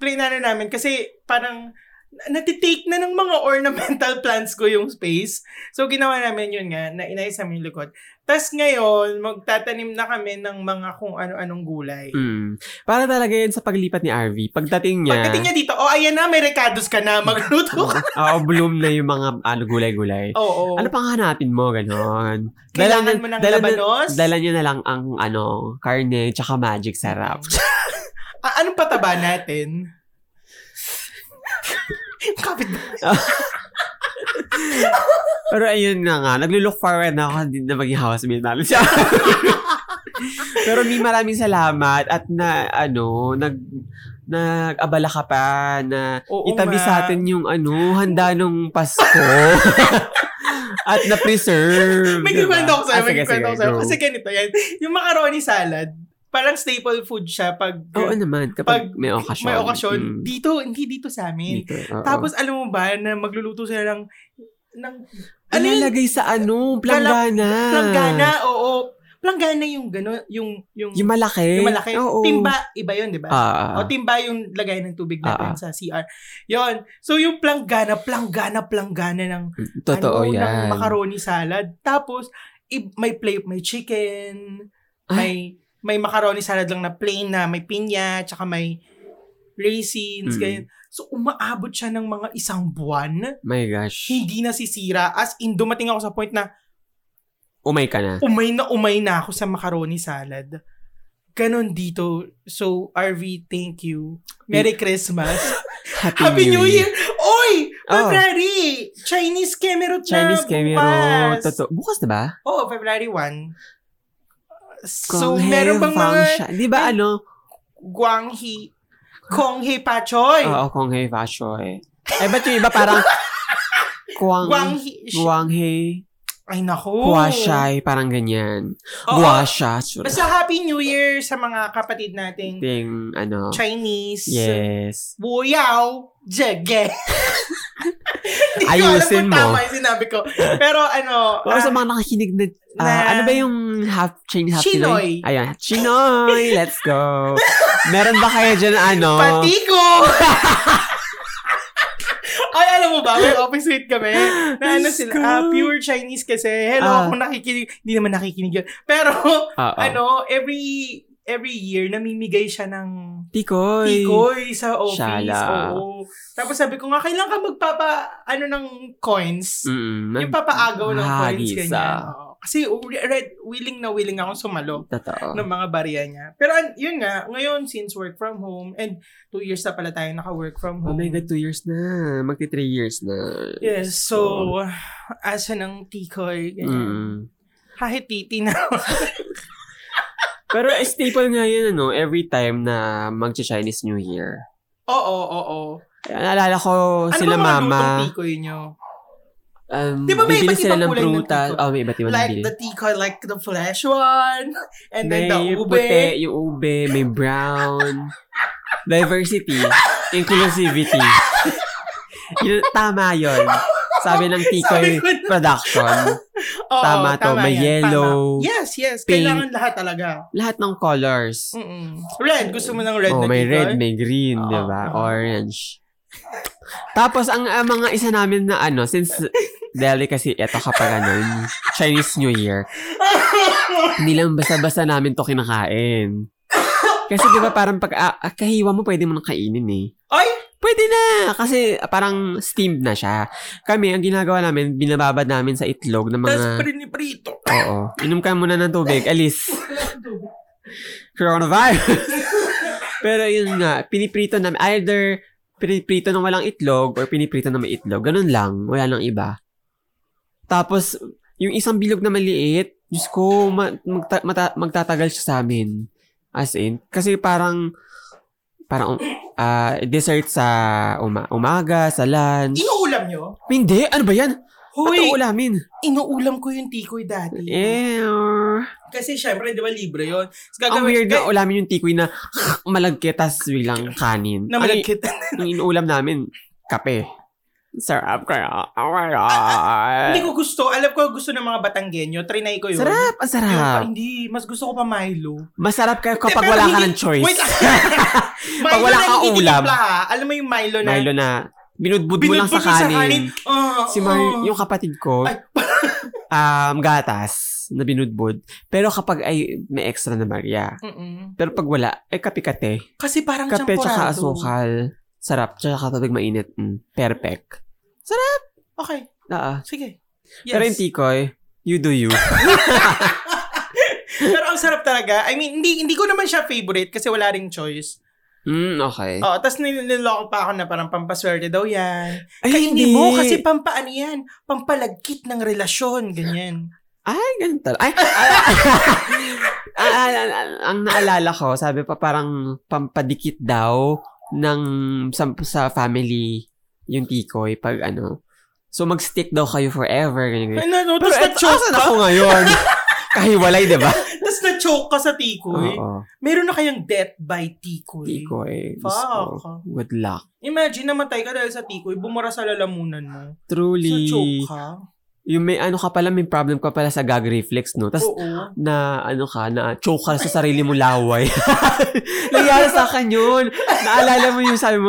S2: Play na na namin kasi parang na- natitake na ng mga ornamental (laughs) plants ko yung space. So, ginawa namin yun nga, na inayos namin yung likod. Tapos ngayon, magtatanim na kami ng mga kung ano-anong gulay.
S1: Mm. Para talaga yun sa paglipat ni RV. Pagdating niya,
S2: Pagdating niya dito, oh, ayan na, may recados ka
S1: (laughs)
S2: na, magluto ka.
S1: oo, bloom na yung mga ano, gulay-gulay.
S2: Oo.
S1: Ano pang hanapin mo, ganon?
S2: Kailangan
S1: Dala-
S2: mo ng
S1: dala-
S2: labanos?
S1: Dala niyo na lang ang, ano, karne, tsaka magic
S2: (laughs)
S1: sarap.
S2: Ah, anong pataba natin? Kapit
S1: (laughs) Pero ayun na nga, naglo-look forward na ako hindi na maging housemate namin siya. (laughs) Pero may maraming salamat at na, ano, nag, nag-abala ka pa na
S2: Oo
S1: itabi
S2: nga.
S1: sa atin yung, ano, handa nung Pasko. (laughs) at na-preserve.
S2: May
S1: diba?
S2: kikwento ako sa'yo,
S1: Ah,
S2: may
S1: sige, sige,
S2: kikwento ako sa'yo.
S1: go.
S2: Kasi ganito yan. Yung macaroni salad, parang staple food siya pag,
S1: Oo naman, kapag
S2: pag
S1: may okasyon.
S2: may okasyon.
S1: Mm.
S2: Dito, hindi dito sa amin.
S1: Dito, oo.
S2: Tapos alam mo ba na magluluto sila ng, ng ano yun?
S1: ilalagay sa ano, planggana.
S2: Planggana, oo. Planggana yung gano, yung, yung,
S1: Yung malaki.
S2: yung malaki.
S1: Oo.
S2: Timba, iba yun, di ba?
S1: Ah, ah,
S2: O timba yung lagay ng tubig
S1: Ah,
S2: natin sa CR. Yon. So yung planggana, planggana, planggana ng
S1: totoo
S2: ano, ng
S1: yan.
S2: macaroni salad. Tapos i- may plate, may chicken,
S1: Ay.
S2: may may macaroni salad lang na plain na may pinya, tsaka may raisins,
S1: Mm.
S2: ganyan. So umaabot siya ng mga isang buwan,
S1: My gosh.
S2: hindi nasisira. As in, dumating ako sa point na
S1: Umay ka na.
S2: umay na umay na ako sa macaroni salad. Ganon dito. So, RV, thank you. Merry Christmas.
S1: (laughs) Happy,
S2: Happy New Year! Oy!
S1: Oh.
S2: February! Chinese Kemerut na
S1: Chinese Camero.
S2: bukas.
S1: Totoo. Bukas na ba?
S2: Oo, Oh, February 1. So,
S1: Konghae
S2: meron bang mga
S1: Fangshan. Di ba
S2: Ay,
S1: ano?
S2: Guanghi, Konghi Pachoy,
S1: Oo, Konghae Fashoy. Ay, eh. ba't yung iba
S2: (laughs)
S1: parang Kuang...
S2: Guanghi,
S1: Guanghae.
S2: ay naku.
S1: Guashai. Parang ganyan.
S2: Oo.
S1: Guasha. Sure.
S2: Basta Happy New Year sa mga kapatid nating
S1: Ting, ano.
S2: Chinese. eh.
S1: Yes.
S2: Buyaw,
S1: (laughs)
S2: jege. Hindi ko
S1: Ayusin
S2: alam kung
S1: mo.
S2: tama yung sinabi ko. Pero ano,
S1: Para sa
S2: ah,
S1: mga nakakinig na, ah,
S2: na-
S1: ano ba yung half Chinese half
S2: Chinoy.
S1: Pinoy? Ayan, Chinoy. Let's
S2: (laughs)
S1: go. Meron ba kayo dyan, ano?
S2: patiko! (laughs) Ay, alam mo ba, may office mate kami na ano
S1: Diyos
S2: sila,
S1: ko.
S2: ah, pure Chinese kasi.
S1: Ah.
S2: Hello, kung nakikinig, hindi naman nakikinig yun. Pero,
S1: Oo.
S2: ano, every every year namimigay siya ng
S1: Tikoy.
S2: Tikoy sa office.
S1: Shala.
S2: Oo. Tapos sabi ko nga, kailangan ka magpapa, ano ng coins.
S1: Mm,
S2: Yung papaagaw ng
S1: Hagis,
S2: coins, ganyan.
S1: ah.
S2: Oo. Kasi w- red, willing na willing akong sumalo
S1: Totoo.
S2: ng mga barya niya. Pero an- yun nga, ngayon, since work from home, and two years na pala tayo naka-work from
S1: Oh
S2: home.
S1: my God, two years na. Magti three years na.
S2: Yes, so,
S1: Oh.
S2: asa ng tikoy, ganyan.
S1: Mm.
S2: Kahit titi na. (laughs)
S1: Pero staple nga yun, ano, every time na mag-Chinese New Year.
S2: oo, oo, oo.
S1: Naalala ko
S2: Ano
S1: sila
S2: ba mga lutong
S1: mama.
S2: tikoy niyo?
S1: Um,
S2: Di ba may
S1: bibili
S2: iba't
S1: sila
S2: ibang
S1: ng
S2: kulay ng
S1: prutas.
S2: tiko?
S1: Oh, may iba't ibang
S2: Like
S1: bibili.
S2: the tikoy, like the flesh one, and then the
S1: may
S2: ube.
S1: puti, yung ube, may brown. Diversity.
S2: (laughs)
S1: Inclusivity. yun, tama yon Sabi ng
S2: (laughs) Sabi
S1: Tikoy
S2: ko na.
S1: (laughs) Production.
S2: Oo,
S1: Tama to. May
S2: yan,
S1: yellow,
S2: Yes, yes.
S1: pink.
S2: Kailangan lahat talaga.
S1: Lahat ng colors.
S2: Mm-mm. Red. Gusto mo ng red
S1: oh,
S2: na Ah.
S1: may
S2: tikoy?
S1: red, may green,
S2: Oo,
S1: di ba?
S2: oo.
S1: Orange. Tapos, ang ang mga isa namin na ano, since dahil kasi eto kapag ano, Chinese New Year, nilang basa-basa namin to kinakain. Kasi di ba parang pag ah, ah, kahiwa mo, pwede mo nang kainin eh.
S2: Ay!
S1: Pwede na! Kasi ah, parang steamed na siya. Kami, ang ginagawa namin, binababad namin sa itlog ng mga...
S2: Tapos priniprito.
S1: Oo. Inom ka muna ng tubig. Alis. Coronavirus. (laughs) Pero yun nga, piniprito namin. Either piniprito ng walang itlog or piniprito na may itlog. Ganun lang. Wala lang iba. Tapos, yung isang bilog na maliit, Diyos ko, ma- magta- mata- magtatagal siya sa amin. As in, kasi parang, parang ah, dessert sa uma- umaga, sa lunch.
S2: Inuulam nyo?
S1: Hindi, ano ba yan? Ba't
S2: Hoy!
S1: uulamin?
S2: Inuulam ko yung tikoy dati.
S1: Ew.
S2: Kasi syempre, di ba libre yun?
S1: Eh.
S2: Tapos
S1: Ang
S2: gagawin- Eh,
S1: weird na
S2: gag-
S1: ulamin yung tikoy na (laughs) malagkit tas biglang kanin.
S2: na malagkit.
S1: Ang, ang inuulam namin, kape. Sarap kaya. Oh my God.
S2: Hindi ko gusto. Alam ko gusto ng mga Batanggenyo. Trinay ko yun.
S1: Sarap, ang
S2: Yung
S1: sarap.
S2: pa- hindi, mas gusto ko pa Milo.
S1: Masarap ka kapag
S2: Pero
S1: wala ka
S2: hindi-
S1: ng choice.
S2: Wait, ah,
S1: (laughs)
S2: ano Milo
S1: Pag wala
S2: na
S1: kang
S2: nakikitimpla,
S1: ulam.
S2: ha? Alam mo yung Milo na?
S1: Milo na, binudbud mo lang
S2: binudbud
S1: sa kanin.
S2: Ah,
S1: Si Mar,
S2: ah.
S1: yung kapatid ko,
S2: Ay. (laughs)
S1: um, gatas na binudbud. Pero kapag ay may extra na Maria.
S2: Mm-mm.
S1: Pero pag wala, ay kape-kate.
S2: Kasi parang
S1: Kape tsaka
S2: champorado.
S1: asukal. Sarap. Tsaka tubig mainit. Mm, perfect.
S2: Okay,
S1: Ah, ah.
S2: sige. Yes.
S1: Pero yung tikoy, you do you.
S2: Pero ang sarap talaga. I mean, hindi, hindi ko naman siya favorite kasi wala ring choice.
S1: Mm, okay.
S2: Oo, tapos nililoko pa ako na parang pampaswerte daw yan.
S1: Ay,
S2: Kaya hindi mo kasi pampaano yan. Pampalagkit ng relasyon, ganyan.
S1: Ay, ganun tal- (laughs) Ay, ah, ay, ay, ay, ay, ay, ah, ang naalala ko, sabi pa parang pampadikit daw ng sa, sa family yung tikoy pag ano. So, mag-stick daw kayo forever. Ganyan, ganyan.
S2: Ay, no,
S1: Eh,
S2: no,
S1: Pero
S2: tapos
S1: eto,
S2: na-choke
S1: asan
S2: ka.
S1: ako (laughs) ngayon? Kahiwalay, di ba?
S2: Tapos na-choke ka sa tikoy.
S1: Oo,
S2: Meron na kayong death by tikoy.
S1: tikoy. Diyos
S2: Fuck.
S1: ko. Good luck.
S2: Imagine, namatay ka dahil sa tikoy, bumura sa lalamunan mo. Sa
S1: Truly.
S2: choke ka.
S1: Yung may ano ka pala, may problem ka pala sa gag reflex, no? Tapos,
S2: Oo.
S1: na ano ka, na choke ka sa sarili mo laway. (laughs) Nangyari sa akin yun. Naalala mo yung sabi mo,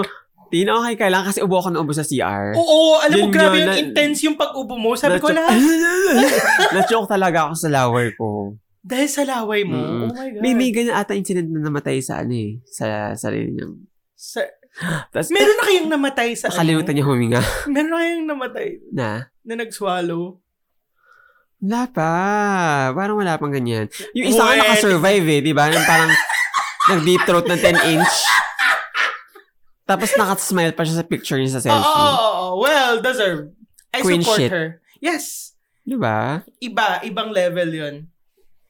S1: Tin, okay ka lang kasi ubo ako na ubo sa CR.
S2: Oo, alam
S1: Eh,
S2: mo,
S1: Yun
S2: grabe
S1: yun,
S2: yung
S1: na-
S2: intense yung pag-ubo mo. Sabi
S1: (laughs)
S2: ko
S1: Na-choke-
S2: na,
S1: Na-choke talaga ako sa laway ko.
S2: dahil sa laway mo.
S1: Mm.
S2: Oh my God.
S1: May may ganyan ata incident na namatay sa ano eh, sa sarili niya.
S2: Sa,
S1: Tapos,
S2: meron na kayong namatay sa
S1: (laughs)
S2: ano?
S1: nakalimutan niya huminga
S2: (laughs) Meron na kayong namatay
S1: na.
S2: na nag-swallow.
S1: Wala pa. Parang wala pang ganyan. Yung isa nga
S2: Pwede.
S1: nakasurvive eh, di ba? Nang parang nag-deep throat ng 10 inch. Tapos nakasmile pa siya sa picture niya sa
S2: Oo, oo,
S1: selfie.
S2: oo, oo. ah, Well, deserve. I
S1: Queen
S2: support
S1: shit.
S2: her. Yes.
S1: Di ba?
S2: Iba, ibang level yon.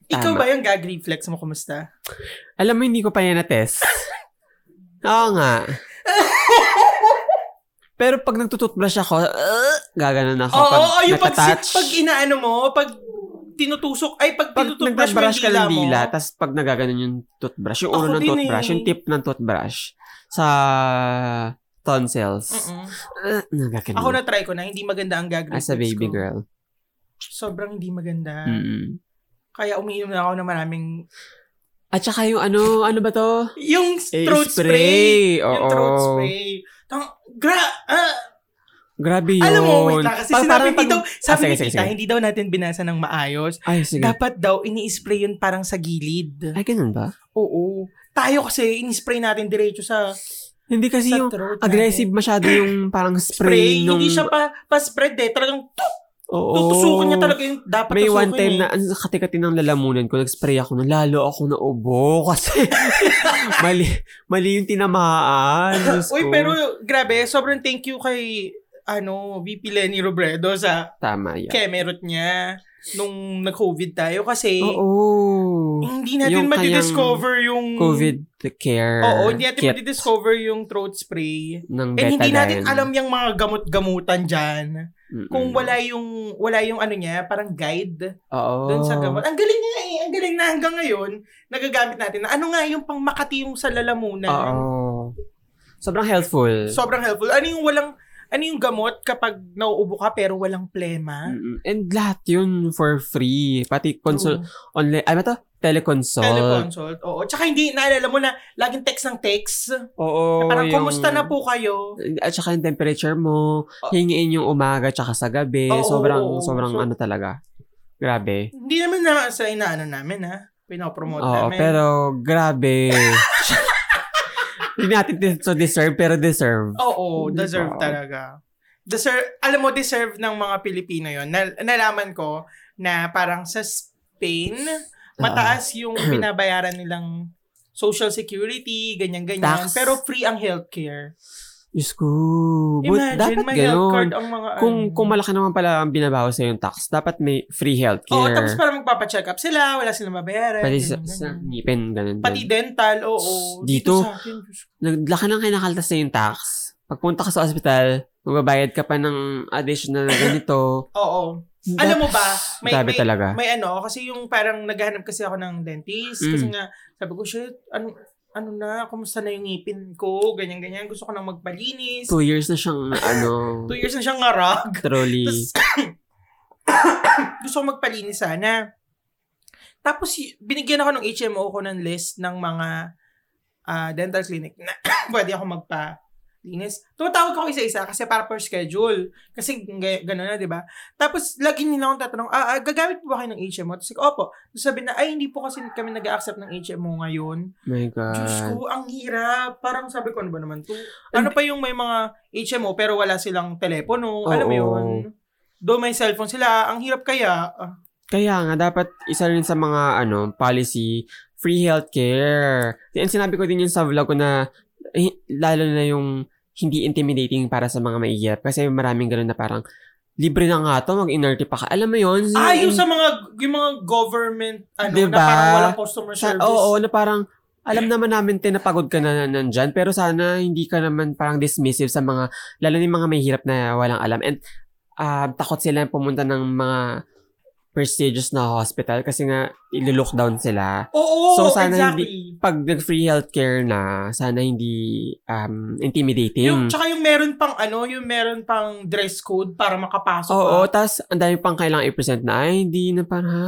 S2: Ikaw
S1: Tama.
S2: ba yung gag reflex mo? Kumusta?
S1: Alam mo, hindi ko pa yan na-test. (laughs) Oo nga. (laughs) Pero pag nagtututbrush ako, uh, gaganon ako.
S2: Oo,
S1: pag
S2: oo, yung pag,
S1: natatouch.
S2: pag inaano mo, pag tinutusok, ay pag,
S1: pag
S2: tinututbrush mo
S1: nagtutbrush
S2: yung
S1: ka
S2: dila
S1: ng
S2: mo.
S1: dila, tapos pag nagaganon yung toothbrush, yung ulo
S2: Ako
S1: ng
S2: din
S1: toothbrush,
S2: eh.
S1: yung tip ng toothbrush, sa tonsils.
S2: Mm-mm.
S1: Uh, nagaganon.
S2: Ako na try ko na, hindi maganda ang gag reflex
S1: As a baby
S2: ko.
S1: girl. Mm.
S2: Sobrang hindi maganda.
S1: Mm-mm.
S2: Kaya umiinom na ako ng maraming...
S1: At saka yung ano, ano ba to?
S2: Yung
S1: Eh,
S2: throat spray. Yung
S1: Oo.
S2: throat spray. Tang, gra... ah,
S1: Grabe yun.
S2: Alam mo, wait lang. Kasi
S1: Pag-
S2: sinabi
S1: parang pag-
S2: dito, sabi
S1: Ah, sige,
S2: ni
S1: sige,
S2: Tita,
S1: sige.
S2: hindi daw natin binasa ng maayos.
S1: Ay, sige.
S2: Dapat daw, ini-spray yun parang sa gilid.
S1: Ay, ganun ba?
S2: Oo. Tayo kasi, in-spray natin diretso sa,
S1: Hindi kasi
S2: sa
S1: yung
S2: throat
S1: aggressive masyado
S2: (clears throat)
S1: yung parang
S2: natin.
S1: spray,
S2: Spray,
S1: nung...
S2: hindi siya pa, pa-spread eh. Talagang
S1: Oo.
S2: tutusukan niya talaga yung dapat
S1: May
S2: tusukin
S1: one time
S2: eh.
S1: na ang katikati ng lalamunan ko, nag-spray ako na lalo ako na ubo (laughs) kasi mali, mali yung
S2: (laughs)
S1: tinamaan. Diyos
S2: Uy,
S1: ko.
S2: pero grabe, sobrang thank you kay ano, VP Lenny Robredo sa
S1: Tama yan.
S2: kemerot niya nung nag-COVID tayo kasi
S1: Oo.
S2: hindi
S1: Yung
S2: natin
S1: kanyang
S2: madidiscover yung
S1: COVID care
S2: Oo, hindi natin
S1: kit
S2: madidiscover yung throat spray.
S1: ng
S2: And
S1: Betadine.
S2: hindi natin alam yung mga gamot-gamutan dyan.
S1: Mm-mm.
S2: Kung wala yung, wala yung ano niya, parang guide
S1: Oo.
S2: doon sa gamot. Ang galing niya eh. Ang galing na hanggang ngayon, nagagamit natin. na Ano nga yung pang Makati yung sa lalamunan?
S1: Oo. Sobrang helpful.
S2: Sobrang helpful. Ano yung walang ano yung gamot kapag nauubo ka pero walang plema?
S1: Mm-mm. And lahat yun for free. Pati consult, Oh. online, ano to? Teleconsult.
S2: Teleconsult. Oo. Tsaka hindi, naalala mo na, laging text ng text.
S1: Oo.
S2: na parang,
S1: yung-
S2: kumusta na po kayo?
S1: At saka yung temperature mo, hingiin yung umaga tsaka sa gabi.
S2: Oo,
S1: sobrang,
S2: oo, oo.
S1: sobrang
S2: So-
S1: ano talaga. Grabe.
S2: Hindi naman na sa inaano namin, ha? Pinopromote
S1: Oo,
S2: namin.
S1: pero grabe. (laughs) Hindi natin dis- so deserve, pero deserve.
S2: Oh, Oo,
S1: Hindi
S2: deserve
S1: ba?
S2: talaga. Deserve, alam mo, deserve ng mga Pilipino yon. Nal- nalaman ko na parang sa Spain,
S1: Ah,
S2: mataas
S1: (clears throat)
S2: yung pinabayaran nilang social security, ganyan-ganyan.
S1: Tax.
S2: Pero free ang healthcare.
S1: Diyos ko. But dapat ganun.
S2: ang mga...
S1: Kung,
S2: ano.
S1: kung malaki naman pala ang binabawas sa yung tax, dapat may free
S2: Oo, Oh,
S1: healthcare.
S2: tapos parang magpapacheck up sila, wala silang babayaran.
S1: Pati
S2: Pati,
S1: sa, sa ngipin, ganun.
S2: Pati
S1: din.
S2: dental, oo.
S1: Dito.
S2: sa atin, Diyos ko.
S1: Naglaki ng kinakaltas sa yung tax. Pagpunta ka sa ospital, magbabayad ka pa ng additional na ganito.
S2: Oo. (laughs) Alam mo ba, may,
S1: Grabe
S2: may,
S1: talaga.
S2: may ano, kasi yung parang naghahanap kasi ako ng dentist.
S1: Mm.
S2: Kasi nga, sabi ko, shit, ano, ano na, kumusta na yung ngipin ko, ganyan-ganyan. Gusto ko nang magpalinis.
S1: Two years na siyang,
S2: (laughs)
S1: ano,
S2: Two years na siyang ngarag.
S1: trolley.
S2: Tapos, (coughs) gusto ko magpalinis sana. Tapos, y- binigyan ako ng HMO ko ng list ng mga ah, dental clinic na (coughs) pwede ako magpalinis. Tumatawag ako isa-isa kasi para per schedule. Kasi g- gano'n na, di ba? Tapos, lagi nila akong tatanong, ah, ah, gagamit po ba kayo ng HMO? Tapos, like, opo. Tapos sabi na, ay, hindi po kasi kami nag accept ng HMO ngayon.
S1: My God.
S2: Diyos ko, ang hirap. Parang sabi ko, ano ba naman to? Ano pa yung may mga HMO pero wala silang telepono? Alam mo
S1: Oo.
S2: yun? Do may cellphone sila. Ang hirap kaya. Ah,
S1: Kaya nga, dapat isa rin sa mga, ano, policy, free healthcare. And sinabi ko din yun sa vlog ko na, eh, lalo na yung hindi intimidating para sa mga maihirap. Kasi maraming ganun na parang, libre na nga to, mag-inerte pa ka. Alam mo yun?
S2: Ah, yung sa mga, yung mga government, ano,
S1: Mm. Diba?
S2: na parang walang customer
S1: Sa-
S2: service.
S1: Oo, na parang, alam naman namin te, napagod ka na nandyan, pero sana hindi ka naman parang dismissive sa mga, lalo na yung mga may hirap na walang alam. And ah, takot sila pumunta ng mga prestigious na hospital kasi nga ilo-look down sila.
S2: Oo,
S1: So, sana
S2: exactly.
S1: Pag nag-free healthcare na, sana hindi um,
S2: Yung,
S1: intimidating.
S2: tsaka yung meron pang, ano, yung meron pang dress code para makapasok.
S1: Oo,
S2: ka.
S1: tas ang dami pang kailangang i-present na, ay, hindi na parang, ha?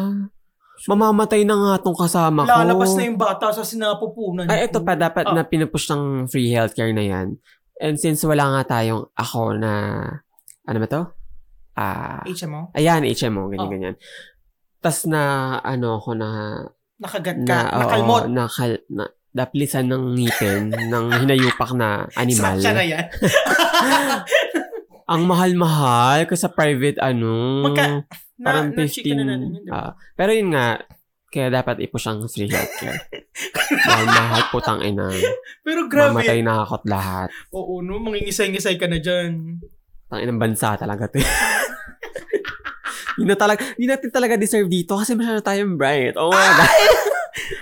S1: Mamamatay na nga tong kasama ko.
S2: Lalabas na yung bata sa sinapupunan.
S1: Ay, ito pa, dapat
S2: Ah.
S1: na pinupush ng free healthcare na yan. And since wala nga tayong ako na, ano ba to? Ah,
S2: HMO?
S1: ayan, HMO,
S2: Oh.
S1: ganyan-ganyan. Tas na, ano ako na,
S2: Nakagat
S1: na,
S2: ka.
S1: oo,
S2: nakalmot.
S1: na, kal- na, naplisan ng
S2: (laughs)
S1: ngipin ng hinayupak na animal.
S2: Sa- Siya na yan.
S1: Ang mahal-mahal kasi sa private, ano,
S2: Magka- na,
S1: parang
S2: na,
S1: 15.
S2: na natin yun. di ba?
S1: ah, pero yun nga, kaya dapat ipush ang free
S2: (laughs)
S1: healthcare. Dahil mahal putang ina.
S2: Pero grabe.
S1: Mamatay na kakot lahat.
S2: Oo, no? Mangingisay-ngisay ka na dyan.
S1: Tangin ng bansa talaga to. (laughs) Hindi na talaga, hindi natin talaga deserve dito kasi masyado tayong bright. Oh
S2: Ah!
S1: my God.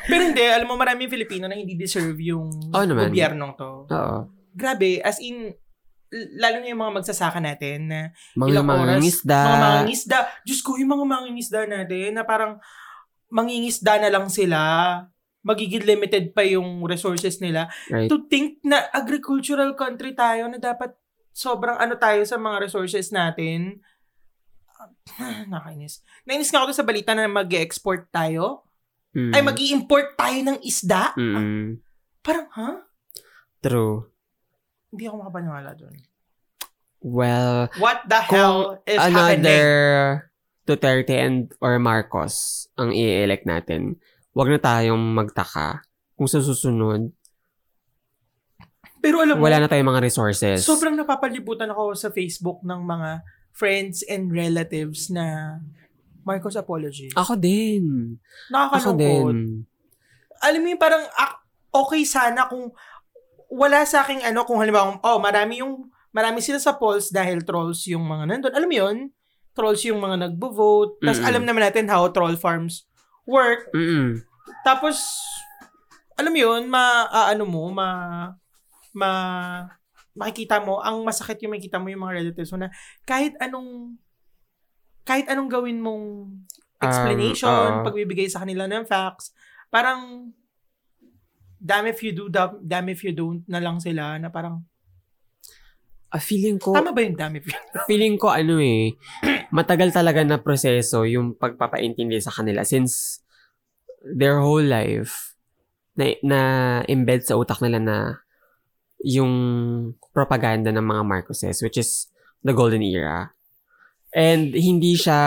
S2: Pero hindi, alam mo, maraming Filipino na hindi deserve yung
S1: Oo naman.
S2: gobyernong to.
S1: Oo.
S2: Grabe, as in, l- lalo na yung mga magsasaka natin na
S1: Oh, Mga
S2: Ilang oras,
S1: mangingisda.
S2: mga mangingisda. Diyos ko, yung mga mangingisda natin na parang mangingisda na lang sila. Magiging limited pa yung resources nila.
S1: Right.
S2: To think na agricultural country tayo na dapat sobrang ano tayo sa mga resources natin. Ah, (sighs) Nakainis. Nainis nga ako dun sa balita na mag-export tayo.
S1: Mm.
S2: Ay, Ah. mag-i-import tayo ng isda.
S1: Mm.
S2: Parang, ha?
S1: True.
S2: Hindi ako makapaniwala doon.
S1: Well,
S2: What the
S1: Kung
S2: hell is
S1: another
S2: happening?
S1: Duterte and or Marcos ang i-elect natin. Huwag na tayong magtaka kung sa susunod,
S2: Pero alam mo,
S1: wala na tayong mga resources.
S2: sobrang napapalibutan ako sa Facebook ng mga friends and relatives na Marcos apology.
S1: Ako din. Ah, Ako
S2: Nakakalungkot.
S1: din.
S2: Alam mo yung parang ak- okay sana kung wala sa aking ano, kung halimbawa, oh, marami yung, marami sila sa polls dahil trolls yung mga nandun. Alam mo yun? Trolls yung mga nagbo-vote. Tapos
S1: Mm-mm.
S2: alam naman natin how troll farms work.
S1: Mm-mm.
S2: Tapos, alam mo yun, ma, ah, ano mo, ma, ma, makikita mo, ang masakit yung makikita mo yung mga relatives mo na kahit anong, kahit anong gawin mong explanation,
S1: oo.
S2: pagbibigay sa kanila ng facts, parang, damn if you do, da- damn if you don't na lang sila na parang,
S1: Ah, feeling ko,
S2: tama ba yung damn if you
S1: feeling ko ano eh, matagal talaga na proseso yung pagpapaintindi sa kanila since their whole life na, na embed sa utak nila na yung propaganda ng mga Marcoses which is the golden era. And hindi siya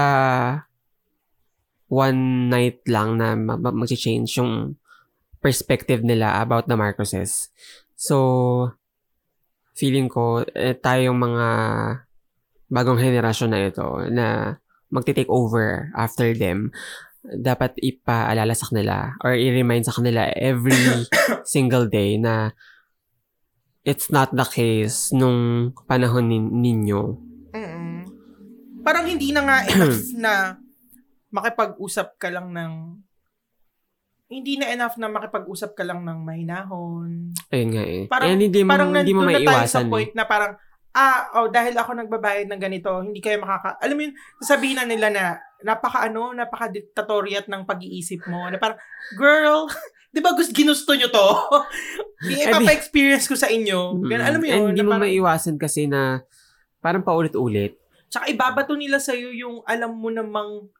S1: one night lang na ma- ma- mag-change yung perspective nila about the Marcoses. So, feeling ko, eh, tayong mga bagong henerasyon na ito na magti-take over after them, dapat ipaalala sa kanila or i-remind sa kanila
S2: (coughs)
S1: every single day na it's not the case nung panahon nin- ninyo.
S2: Mm-mm. Parang hindi na nga
S1: (clears throat)
S2: enough na makipag-usap ka lang ng hindi na enough na makipag-usap ka lang ng mahinahon.
S1: Ayun nga eh.
S2: Parang-
S1: And hindi mo,
S2: Parang
S1: hindi mo
S2: nandun na tayo
S1: maiiwasan.
S2: sa
S1: eh.
S2: point na parang, ah, oh, dahil ako nagbabayad ng ganito, hindi kayo makaka... Alam mo yun, sasabihin na nila na, napaka ano, napaka dictatoriat ng pag-iisip mo. Na parang, girl, (laughs) di ba gusto, ginusto nyo to? (laughs)
S1: Eh,
S2: Ipapa-experience ko sa inyo. Ganun,
S1: Mm.
S2: alam mo
S1: And
S2: yun,
S1: hindi
S2: na
S1: mo
S2: parang-
S1: maiiwasan kasi na parang paulit-ulit.
S2: Tsaka ibabato nila sa'yo yung alam mo namang,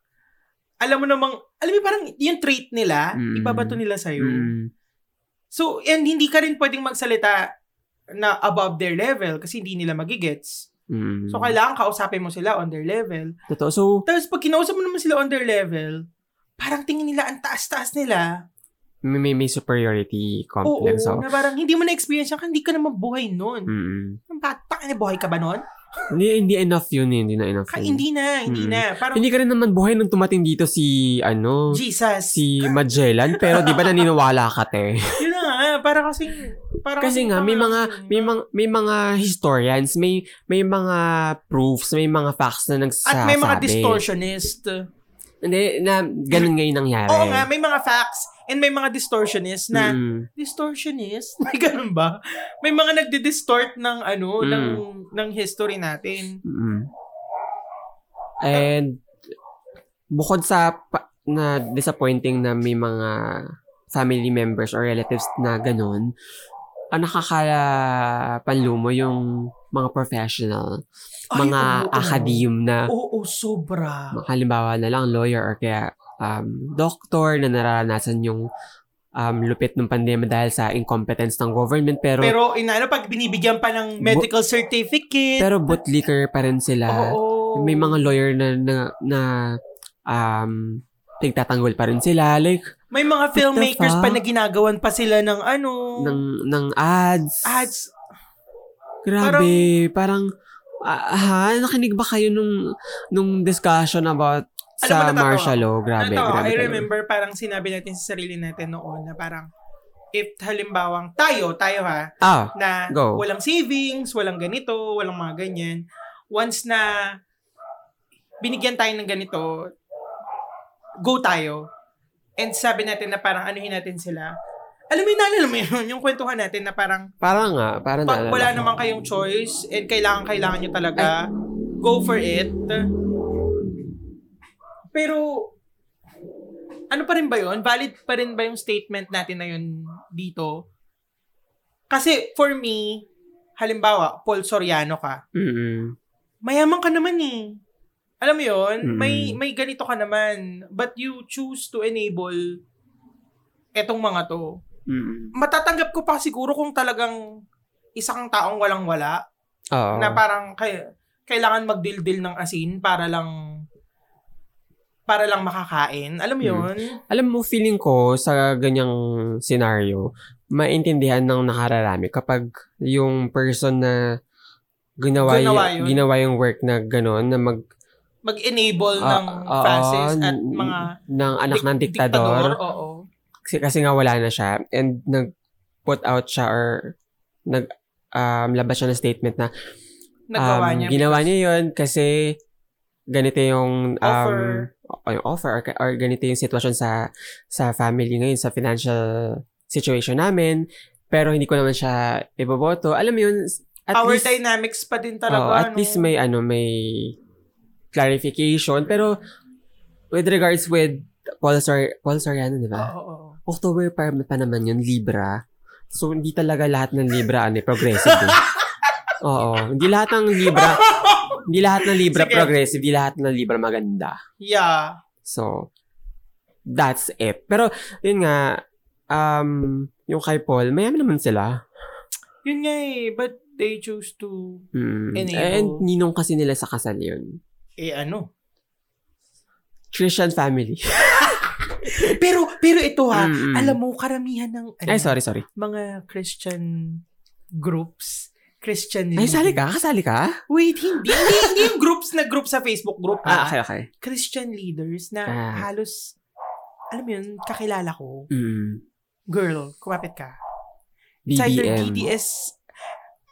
S2: alam mo namang, alam mo parang yung trait nila,
S1: Mm.
S2: ibabato nila sa'yo.
S1: Mm.
S2: So, and hindi ka rin pwedeng magsalita na above their level kasi hindi nila magigets.
S1: Mm.
S2: So, kailangan kausapin mo sila on their level.
S1: Totoo. So,
S2: Tapos, pag kinausap mo naman sila on their level, parang tingin nila ang taas-taas nila.
S1: may, may- may superiority
S2: Oo,
S1: complex. so,
S2: na parang hindi mo na-experience yan, hindi ka naman buhay nun.
S1: mm.
S2: Ang bata, na buhay ka ba nun?
S1: Hindi, hindi enough yun. eh. Hindi na enough
S2: Ka,
S1: yun.
S2: hindi na, hindi
S1: Mm.
S2: na. Parang,
S1: Hindi ka rin naman buhay nung tumating dito si, ano,
S2: Jesus.
S1: si Magellan. Pero di ba naniniwala ka, te?
S2: Yun na nga, eh, para kasing, para
S1: Kasi
S2: kasing
S1: nga, may
S2: parang- ano
S1: mga, may mga, may mga historians, may, may mga proofs, may mga facts na nagsasabi.
S2: At may mga distortionist.
S1: Hindi, na ganun ngayon nangyari.
S2: Oo nga, may mga facts and may mga distortionist na,
S1: Mm.
S2: distortionist? (laughs) May ganun ba? May mga nagdi-distort ng ano,
S1: Mm.
S2: ng, ng history natin.
S1: Mm. And, bukod sa pa- na disappointing na may mga family members or relatives na ganun, ang nakakapanlumo yung mga professional,
S2: Ay,
S1: mga
S2: oo, oo.
S1: akadim na,
S2: Oo, sobra.
S1: halimbawa na lang lawyer or kaya um, doctor na naranasan yung um, lupit ng pandemya dahil sa incompetence ng government pero pero,
S2: Pero inaano pag binibigyan pa ng
S1: Bu-
S2: medical certificate.
S1: bootlicker pa rin sila.
S2: oo.
S1: may mga lawyer na na, na um tigtatanggol pa rin sila like
S2: may mga filmmakers
S1: fuck?
S2: pa na ginagawan pa sila ng ano,
S1: ng ng ads.
S2: ads.
S1: Grabe, parang, ah, ha, nakinig ba kayo nung nung discussion about
S2: Alam mo,
S1: sa
S2: natatawa
S1: martial law? Grabe,
S2: Ito,
S1: grabe.
S2: I
S1: talaga.
S2: remember parang sinabi natin sa sarili natin noon na parang if halimbawang tayo, tayo ha,
S1: Ah,
S2: na
S1: Go.
S2: walang savings, walang ganito, walang mga ganyan. Once na binigyan tayo ng ganito, go tayo. And sabi natin na parang anuhin natin sila. Alam mo yun, naalala mo yun, yung kwentuhan natin na parang
S1: parang nga, parang
S2: pag
S1: naalala
S2: wala
S1: ko.
S2: naman kayong choice and kailangan-kailangan nyo talaga, go for it. Pero, ano pa rin ba yun? Valid pa rin ba yung statement natin na yun dito? Kasi for me, halimbawa, Paul Soriano ka.
S1: Mm-mm.
S2: Mayaman ka naman eh. Alam mo yun?
S1: Mm.
S2: May, may ganito ka naman. But you choose to enable etong mga to
S1: Mm-mm.
S2: matatanggap ko pa siguro kung talagang isa kang taong walang-wala
S1: Oo.
S2: na parang kay, kailangan magdildil ng asin para lang para lang makakain. Alam mo
S1: Hmm.
S2: yun?
S1: Alam mo, feeling ko sa ganyang senaryo, maintindihan ng nakararami kapag yung person na ginawa,
S2: Ginawa
S1: y-
S2: yun.
S1: ginawa yung work na gano'n, na mag,
S2: Mag-enable ng
S1: Ah, ah,
S2: Francis at
S1: n-
S2: mga
S1: ng anak ng
S2: dik-
S1: diktador,
S2: Oo.
S1: kasi, kasi nga wala na siya and nag-put out siya or nag um, labas siya ng statement na
S2: Nagawa
S1: um,
S2: niya.
S1: ginawa niya yun kasi ganito yung um,
S2: Offer.
S1: o- yung offer or, or ganito yung sitwasyon sa sa family ngayon sa financial situation namin pero hindi ko naman siya iboboto alam mo yun at
S2: Power
S1: least
S2: dynamics pa din talaga.
S1: Oo, at
S2: no?
S1: least may ano may clarification pero with regards with Paul, Sor- Paul Soriano, di ba?
S2: Oo, oo, oo.
S1: October pa, pa naman yun, Libra. So, hindi talaga lahat ng Libra, ano, eh, progressive. eh. Oo. Hindi lahat ng Libra, hindi lahat ng Libra
S2: Sige.
S1: progressive, hindi lahat ng Libra maganda.
S2: Yeah.
S1: So, that's it. Pero, yun nga, um, yung kay Paul, mayami naman sila.
S2: Yun nga eh. But they choose to,
S1: Mm.
S2: Enable.
S1: And ninong kasi nila sa kasal yun.
S2: eh ano.
S1: Christian family.
S2: Pero, pero ito ha.
S1: Mm-mm.
S2: Alam mo, karamihan ng ano,
S1: Hmm. Ay, sorry, sorry.
S2: mga Christian groups, Christian
S1: Ay,
S2: league.
S1: sali ka? Kasali ka?
S2: Wait, hindi. Hindi, hindi yung groups na group sa Facebook group.
S1: Ah,
S2: ha?
S1: okay, okay.
S2: Christian leaders na
S1: Ah.
S2: halos, alam mo yun, kakilala ko.
S1: Mm.
S2: Girl, kumapit ka. It's either
S1: BBM.
S2: DDS.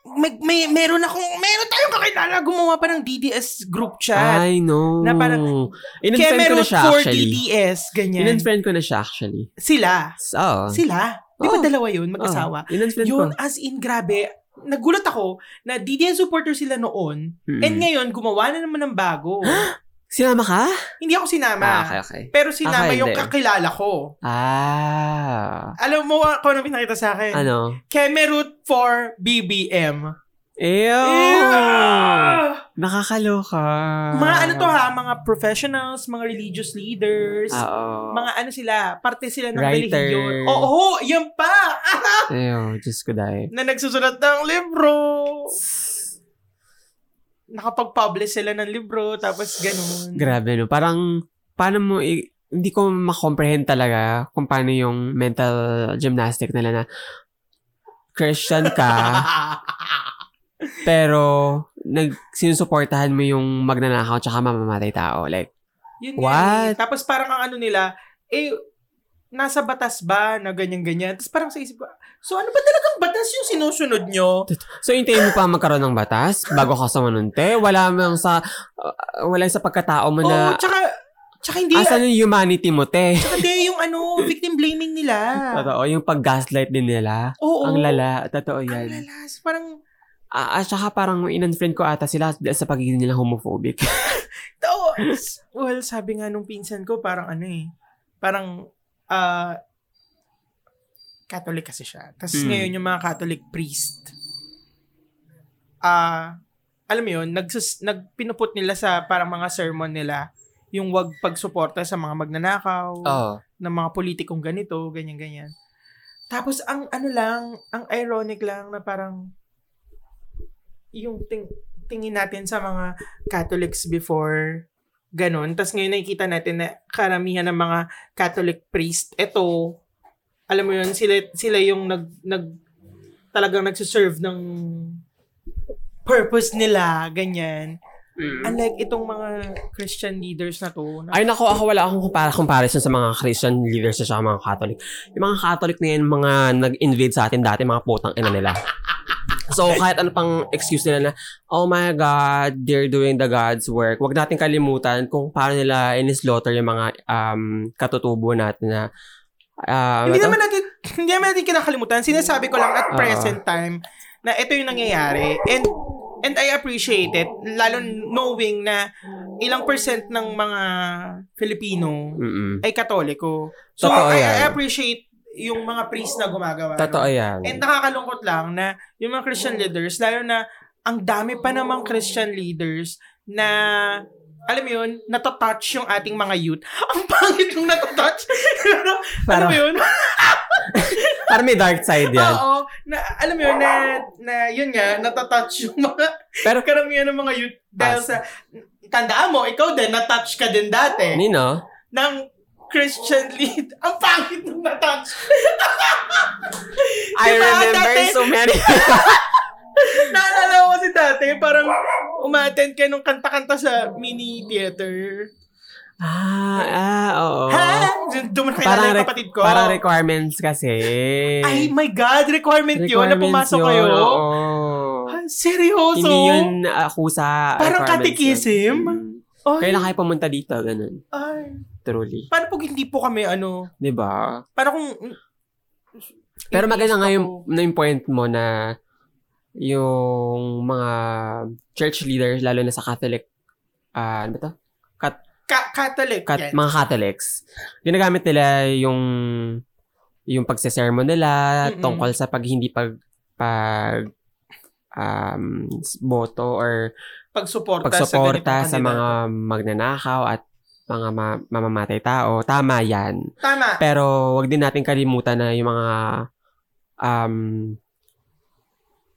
S2: May, may, meron akong, meron tayong kakilala gumawa pa ng DDS group chat.
S1: I know.
S2: Na parang-
S1: in-unfriend ko na siya,
S2: for
S1: actually.
S2: DDS, ganyan.
S1: In-unfriend ko na siya actually.
S2: Sila.
S1: So,
S2: Sila. Di ba
S1: Oh.
S2: dalawa yun, mag-asawa?
S1: Oh, in-unfriend ko.
S2: Yun, as in, grabe. Nagulat ako na DDS supporter sila noon.
S1: Mm-mm.
S2: And ngayon, gumawa na naman ng
S1: (gasps)
S2: bago.
S1: Hmm. Sinama ka?
S2: Hindi ako
S1: Ah,
S2: sinama.
S1: okay, okay.
S2: Pero sinama
S1: Ako
S2: yung
S1: hindi.
S2: kakilala ko.
S1: Ah.
S2: Alam mo ako na pinakita sa akin.
S1: Ano?
S2: Kemerut for BBM.
S1: Ew!
S2: Yeah!
S1: Nakakaloka.
S2: Ah! Mga ano to ha, mga professionals, mga religious leaders,
S1: Oo.
S2: mga ano sila, parte sila ng
S1: Ah, oh. Writers.
S2: relihiyon. Oo, yan pa! Ah,
S1: Ew, Diyos ko dahil.
S2: na nagsusulat ng libro. Nakapag-publish sila ng libro, tapos ganun.
S1: Grabe no. Parang, paano mo, i- hindi ko makomprehend talaga kung paano yung mental gymnastic nila na Christian ka, pero nag sinusuportahan mo yung magnanakaw tsaka mamamatay tao. Like,
S2: Yun nga eh.
S1: What?
S2: Tapos parang ang ano nila, eh, nasa batas ba na ganyan-ganyan? Tapos parang sa isip ko, so ano ba talagang batas yung sinusunod nyo?
S1: So, hintayin mo pa magkaroon ng batas bago ka sumununte? Wala mang sa, uh, wala sa pagkatao mo
S2: Oo,
S1: na,
S2: tsaka, tsaka hindi,
S1: asan yung humanity mo, te?
S2: tsaka hindi yung ano, victim blaming nila.
S1: Totoo, yung pag-gaslight din nila.
S2: Ah. Oo.
S1: Ang lala, totoo
S2: Ang
S1: yan.
S2: lala. So, Parang,
S1: Ah, at saka parang in-unfriend ko ata sila sa pagiging nila homophobic.
S2: oh, s- well, sabi nga nung pinsan ko, parang ano eh, parang, ah, Catholic kasi siya. Tapos
S1: Hmm.
S2: ngayon yung mga Catholic priest, ah, alam mo yun, nagsus, nagpinuput nila sa parang mga sermon nila, yung wag pagsuporta sa mga magnanakaw, ng mga politikong ganito, ganyan-ganyan. Tapos ang ano lang, ang ironic lang na parang yung ting- tingin natin sa mga Catholics before ganun. Tapos ngayon nakikita natin na karamihan ng mga Catholic priest, eto, alam mo yun, sila, sila yung nag, nag, talagang nagsiserve ng purpose nila, ganyan. Unlike itong mga Christian leaders na to.
S1: Mm.
S2: Na,
S1: Ay nako, ako wala akong kumpara comparison sa mga Christian leaders at saka mga Catholic. Yung mga Catholic na yan, mga nag-invade sa atin dati, mga putang ina nila. So, kahit ano pang excuse nila na, oh my God, they're doing the God's work. Huwag natin kalimutan kung paano nila in-slaughter yung mga um, katutubo natin na ah, ano
S2: Hindi
S1: to?
S2: naman natin, hindi naman natin kinakalimutan. Sinasabi ko lang at
S1: Oo.
S2: present time na ito yung nangyayari. And and I appreciate it. Lalo knowing na ilang percent ng mga Filipino
S1: Mm-mm.
S2: ay katoliko. So,
S1: Totoo
S2: I,
S1: yan.
S2: I appreciate yung mga priest na gumagawa.
S1: Totoo
S2: no?
S1: yan.
S2: And nakakalungkot lang na yung mga Christian leaders, lalo na ang dami pa namang Christian leaders na alam mo yun, natatouch yung ating (laughs) mga youth. Ang pangit yung natatouch. Pero, alam
S1: Parang-
S2: mo yun?
S1: Parang may dark side yan.
S2: Oo. Na, alam mo yun, na, na yun nga, natatouch yung mga,
S1: Pero,
S2: karamihan ng mga youth. Dahil
S1: Ah.
S2: sa, tandaan mo, ikaw din, natouch ka din dati.
S1: Nino,
S2: ng Christian lead. (laughs) Ang pangit nung natouch.
S1: I
S2: Diba,
S1: remember
S2: dati-
S1: so
S2: (laughs)
S1: many.
S2: Naalala ko kasi dati, parang umattend ka nung kanta-kanta sa mini theater.
S1: ah, ah, oo.
S2: Ha? Doon
S1: Parang,
S2: na yung
S1: re-
S2: kapatid ko.
S1: parang requirements kasi.
S2: Ay my God, requirement yun na pumasok kayo.
S1: Oo.
S2: Ah, seryoso?
S1: Hindi yun ah, akusa.
S2: Parang katikisim? Ay,
S1: Kailan Mm-hmm. kayo pumunta dito, ganun.
S2: ay.
S1: Truly.
S2: Paano pag hindi po kami, ano,
S1: Di ba?
S2: paano kung...
S1: Pero maganda nga yung,
S2: Iniisip
S1: na yung point mo na yung mga church leaders, lalo na sa Catholic, ah, ano ba to?
S2: ako. Ka- Catholic.
S1: Kat,
S2: yan.
S1: mga Catholics, ginagamit nila yung yung pagsesermon nila
S2: Mm-mm.
S1: tungkol sa pag hindi pag pag um, boto or
S2: pagsuporta,
S1: pagsuporta
S2: ganitong
S1: sa,
S2: kandidato.
S1: mga magnanakaw at mga ma- mamamatay tao. Tama yan.
S2: Tama.
S1: Pero wag din natin kalimutan na yung mga um,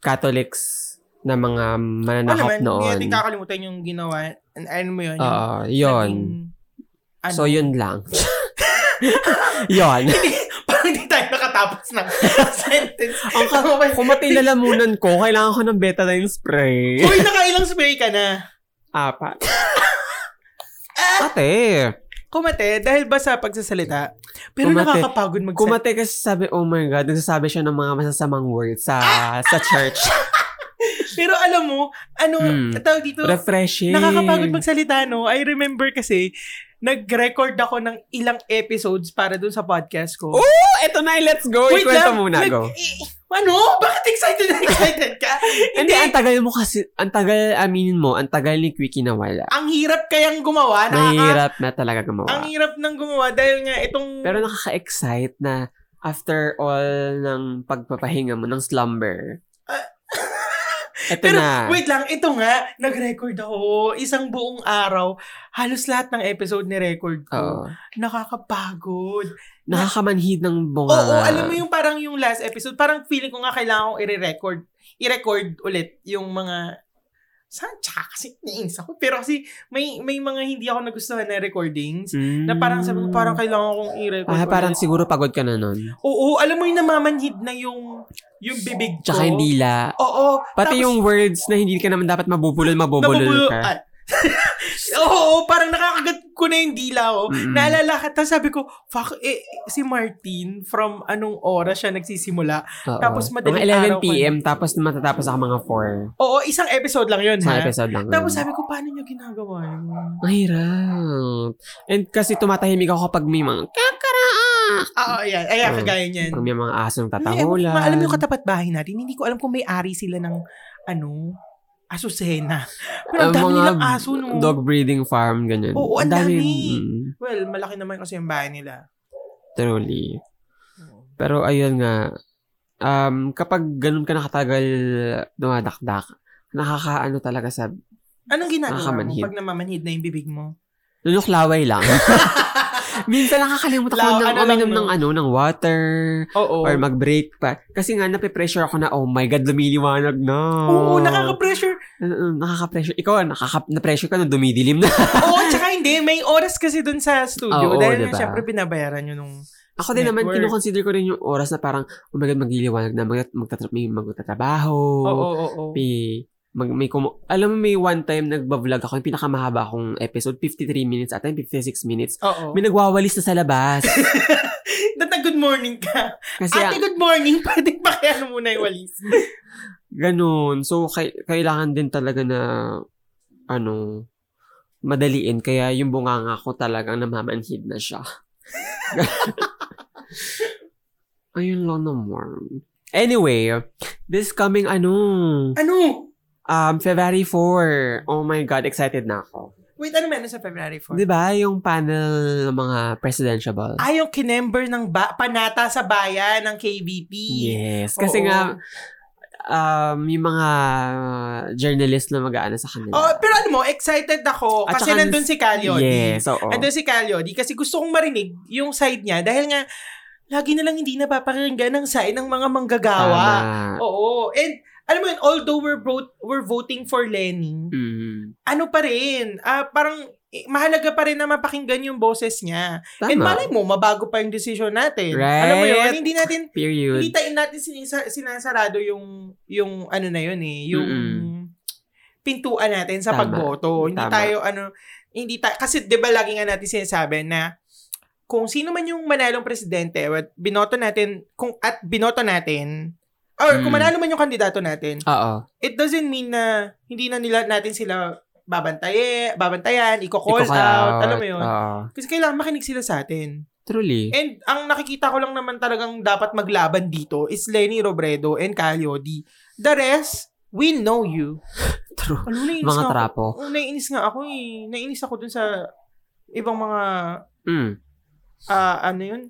S1: Catholics na mga
S2: Ano
S1: mananakop
S2: naman, hindi
S1: noon.
S2: natin kakalimutan yung ginawa. And ano mo yun? yung
S1: Oo, yun.
S2: naging- (laughs) ano?
S1: So, yun lang. (laughs) yun.
S2: Parang hindi tayo nakatapos
S1: (laughs)
S2: ng sentence.
S1: Ang ka- kung matilalamunan ko, kailangan ko ng betadine spray.
S2: (laughs) Uy, nakailang spray ka na.
S1: Apat.
S2: Ah,
S1: Ate,
S2: kumate, dahil ba sa pagsasalita? Pero
S1: Kumate.
S2: nakakapagod magsalita.
S1: kumate kasi sabi, oh my God, nagsasabi siya ng mga masasamang words sa sa
S2: (laughs)
S1: church.
S2: Pero alam mo, ano,
S1: Hmm.
S2: tawag dito,
S1: Refreshing.
S2: nakakapagod magsalita, no? I remember kasi, nag-record ako ng ilang episodes para dun sa podcast ko.
S1: Oh, eto na, let's go. Wait, Ikwento
S2: lang,
S1: muna,
S2: nag-
S1: go.
S2: i- i- ano? (laughs) Bakit excited na excited ka?
S1: (laughs) Hindi, ang tagal mo kasi, ang tagal, aminin mo, ang tagal ni Quickie na wala.
S2: ang hirap kayang gumawa. Nakaka-
S1: Mahirap na talaga
S2: Ang
S1: gumawa.
S2: hirap ng gumawa dahil nga itong...
S1: Pero nakaka-excite na after all ng pagpapahinga mo, ng slumber. Eto
S2: Ah. Pero,
S1: na.
S2: wait lang, ito nga, nag-record ako isang buong araw. Halos lahat ng episode ni record ko.
S1: Oo.
S2: Nakakapagod.
S1: Nakakamanhid ng bunga.
S2: Oo, alam mo yung parang yung last episode, parang feeling ko nga kailangan kong i-record, i-record ulit yung mga saan tsaka kasi nainis ako. Pero kasi may may mga hindi ako nagustuhan na recordings
S1: Mm.
S2: na parang sabi ko parang kailangan kong i-record.
S1: Ah, parang
S2: ulit.
S1: siguro pagod ka na nun.
S2: Oo, alam mo yung namamanhid na yung yung bibig ko.
S1: Tsaka yung dila.
S2: Oo.
S1: Pati
S2: tapos
S1: yung words na hindi ka naman dapat mabubulol, mabubulol
S2: nabubulo-
S1: ka.
S2: ah. (laughs) Oo, parang nakakagat ko na yung dila ko.
S1: Mm-mm.
S2: Naalala ka, tapos sabi ko, fuck, eh, si Martin, from anong oras siya nagsisimula?
S1: Oo.
S2: tapos madaling
S1: Mga 11
S2: araw ko-
S1: p.m. tapos matatapos ako mga 4
S2: Oo, isang episode lang yun,
S1: sa
S2: ha?
S1: episode lang.
S2: Tapos sabi ko, paano nyo ginagawa yun?
S1: Mahirap. And kasi tumatahimik ako kapag may mga kakaraak.
S2: Oo, Ah, ayan. Ayan,
S1: Mm.
S2: kagaya niyan.
S1: Pag may mga asong
S2: Hindi,
S1: tatahulan.
S2: ma- alam mo yung katapat bahay natin, hindi ko alam kung may ari sila ng, ano,
S1: (laughs)
S2: asusena. Pero ang
S1: Ang
S2: dami
S1: mga
S2: nilang aso, no?
S1: Dog breeding farm, ganyan.
S2: Oo, ang dami.
S1: mm,
S2: Well, malaki naman kasi yung bahay nila.
S1: truly. eh. Pero ayun nga, um, kapag ganun ka nakatagal dumadakdak, nakakaano talaga sa
S2: Anong ginagawa mo
S1: Nakakamanhid.
S2: pag namamanhid na yung bibig mo?
S1: Luluklaway
S2: (laughs)
S1: lang. Minsan nakakalimutan ko
S2: Law-
S1: ng
S2: ano lang,
S1: uminom
S2: no?
S1: ng ano, ng water
S2: Oo.
S1: or mag-break pa. Kasi nga nape-pressure ako na, oh my God, lumiliwanag na.
S2: Oo, nakaka-pressure.
S1: Uh, Nakaka-pressure. Ikaw, nakaka- na-pressure ka na dumidilim na. (laughs)
S2: Oo, tsaka hindi. May oras kasi dun sa studio.
S1: Oo,
S2: dahil
S1: diba?
S2: syempre binabayaran nyo nung...
S1: Ako din naman,
S2: Network.
S1: kinukonsider ko rin yung oras na parang, oh my God, magliliwanag na, mag- magtatra- may magtatrabaho.
S2: Oo, oo, oo.
S1: May, mag, may kumu- alam mo, may one time nagbablog ako, yung pinakamahaba akong episode, 53 minutes at time, 56 minutes.
S2: Oo.
S1: May nagwawalis na sa labas.
S2: Data, good morning ka.
S1: Kasi ang-
S2: Ate, good morning. (laughs) Pwede ba kaya ano muna yung walis?
S1: Ganun. So, kay- kailangan din talaga na, ano, madaliin. Kaya yung bunganga ko talagang namamanhid na siya. (laughs) Ayun lang naman. Anyway, this coming ano,
S2: Ano?
S1: um, February 4. Oh my God, excited na ako.
S2: Wait, ano meron sa February 4?
S1: Di ba yung panel ng mga presidential?
S2: Ay, yung kinember ng ba- panata sa bayan ng KBP.
S1: Yes. Kasi
S2: Oo.
S1: nga, um, yung mga journalist na mag-aano sa kanila.
S2: Oh, pero alam mo, excited ako
S1: At
S2: kasi
S1: saka-
S2: nandun si Calyodi.
S1: Yes, oo.
S2: Nandun si Calyodi kasi gusto kong marinig yung side niya dahil nga lagi na lang hindi napapakinggan ang sain ng mga manggagawa.
S1: Tama.
S2: Oo. And alam mo yun, although we're, bro- we're voting for Lenny,
S1: Mm.
S2: ano pa rin, ah, parang eh, mahalaga pa rin na mapakinggan yung boses niya. And
S1: Tama.
S2: malay mo, mabago pa yung decision natin.
S1: Right.
S2: Alam mo yun, hindi natin,
S1: Period.
S2: hindi tayo natin sinisa- sinasarado yung, yung ano na yun eh, yung
S1: Mm-mm.
S2: pintuan natin sa
S1: Tama.
S2: pagboto. Hindi
S1: Tama.
S2: tayo ano, hindi tayo, kasi di ba lagi nga natin sinasabi na kung sino man yung manalong presidente, what, binoto natin, kung at binoto natin, or kung
S1: Mm.
S2: manalo man yung kandidato natin,
S1: Oo.
S2: it doesn't mean na hindi na nila natin sila babantaye, babantayan, iko-call
S1: Ikaw
S2: out,
S1: kaya-
S2: alam mo yun. Eh,
S1: Oo.
S2: Kasi kailangan makinig sila sa atin.
S1: Truly.
S2: And ang nakikita ko lang naman talagang dapat maglaban dito is Lenny Robredo and Calyodi. The rest, we know you.
S1: (laughs) True.
S2: Ano, naiinis
S1: Mga
S2: nga
S1: trapo.
S2: Ako. Oh, Naiinis nga ako eh. Naiinis ako dun sa ibang mga,
S1: Mm.
S2: ah, ano yun?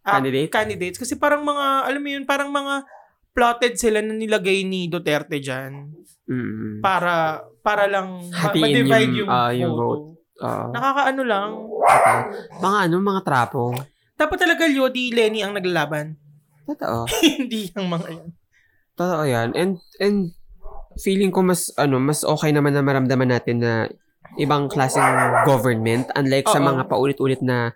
S2: Ah,
S1: Candidate?
S2: Candidates. Kasi parang mga, alam mo yun, parang mga plotted sila na nilagay ni Duterte dyan.
S1: Mm.
S2: para para lang ma-
S1: Hatiin
S2: ma-divide yung,
S1: yung, ah, yung
S2: vote.
S1: Oo.
S2: Nakakaano lang.
S1: Mga ano, mga trapo.
S2: Dapat talaga Lodi Lenny ang naglalaban.
S1: Totoo.
S2: (laughs) Hindi ang mga yan.
S1: Totoo yan. And, and feeling ko mas, ano, mas okay naman na maramdaman natin na ibang klaseng government unlike sa
S2: Oo.
S1: mga paulit-ulit na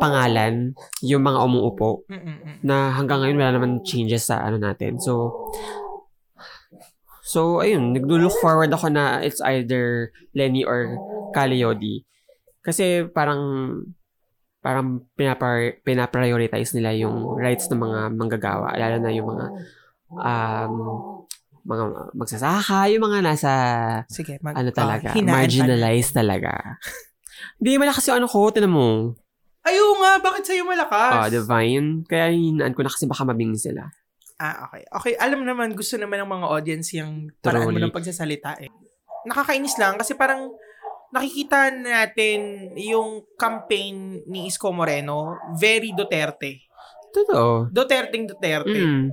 S1: pangalan yung mga umuupo
S2: Mm-mm, mm.
S1: na hanggang ngayon wala naman changes sa ano natin. So, so ayun, naglo-look forward ako na it's either Lenny or Caliodi. Kasi parang parang pinapar, pinaprioritize nila yung rights ng mga manggagawa. Lalo na yung mga um, mga magsasaka, yung mga nasa
S2: Sige, mag,
S1: ano talaga,
S2: ah, hinaan pa-
S1: marginalized talaga. Hindi mo kasi ano ko, tinan mo.
S2: Ayaw nga, bakit sa'yo malakas?
S1: Ah, divine. Kaya hinaan ko na kasi baka mabing sila.
S2: Ah, okay. Okay, alam naman, gusto naman ng mga audience yung paraan mo
S1: Truly.
S2: ng pagsasalita eh. Nakakainis lang kasi parang nakikita natin yung campaign ni Isko Moreno, very Duterte.
S1: Totoo.
S2: Duterteng Duterte.
S1: Mm.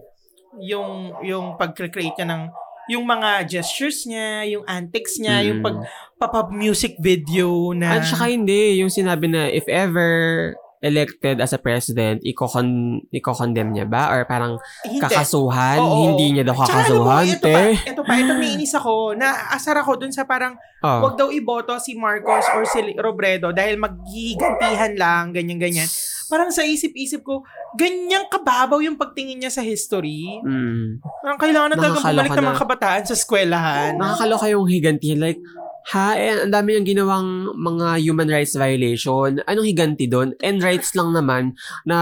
S2: yung yung pag-create niya ng yung mga gestures niya, yung antics niya,
S1: Mm.
S2: yung pag pop-up music video na
S1: At saka hindi, yung sinabi na if ever elected as a president, iko-con- iko-condemn niya ba? Or parang
S2: Hindi.
S1: kakasuhan?
S2: Oo.
S1: Hindi niya daw
S2: Tsaka alam mo,
S1: kakasuhan,
S2: ito pa,
S1: te?
S2: ito pa, ito nainis ako. Naasar ako dun sa parang
S1: Oh.
S2: wag daw iboto si Marcos or si Robredo dahil maghihigantihan lang, ganyan-ganyan. Parang sa isip-isip ko, ganyang kababaw yung pagtingin niya sa history.
S1: Mm.
S2: Parang kailangan na talaga
S1: Nakakaloka
S2: bumalik ng
S1: na.
S2: mga kabataan sa eskwelahan.
S1: Nakakaloka yung higanti. Like, ha, eh, ang dami niyang ginawang mga human rights violation. Anong higanti doon? And rights lang naman na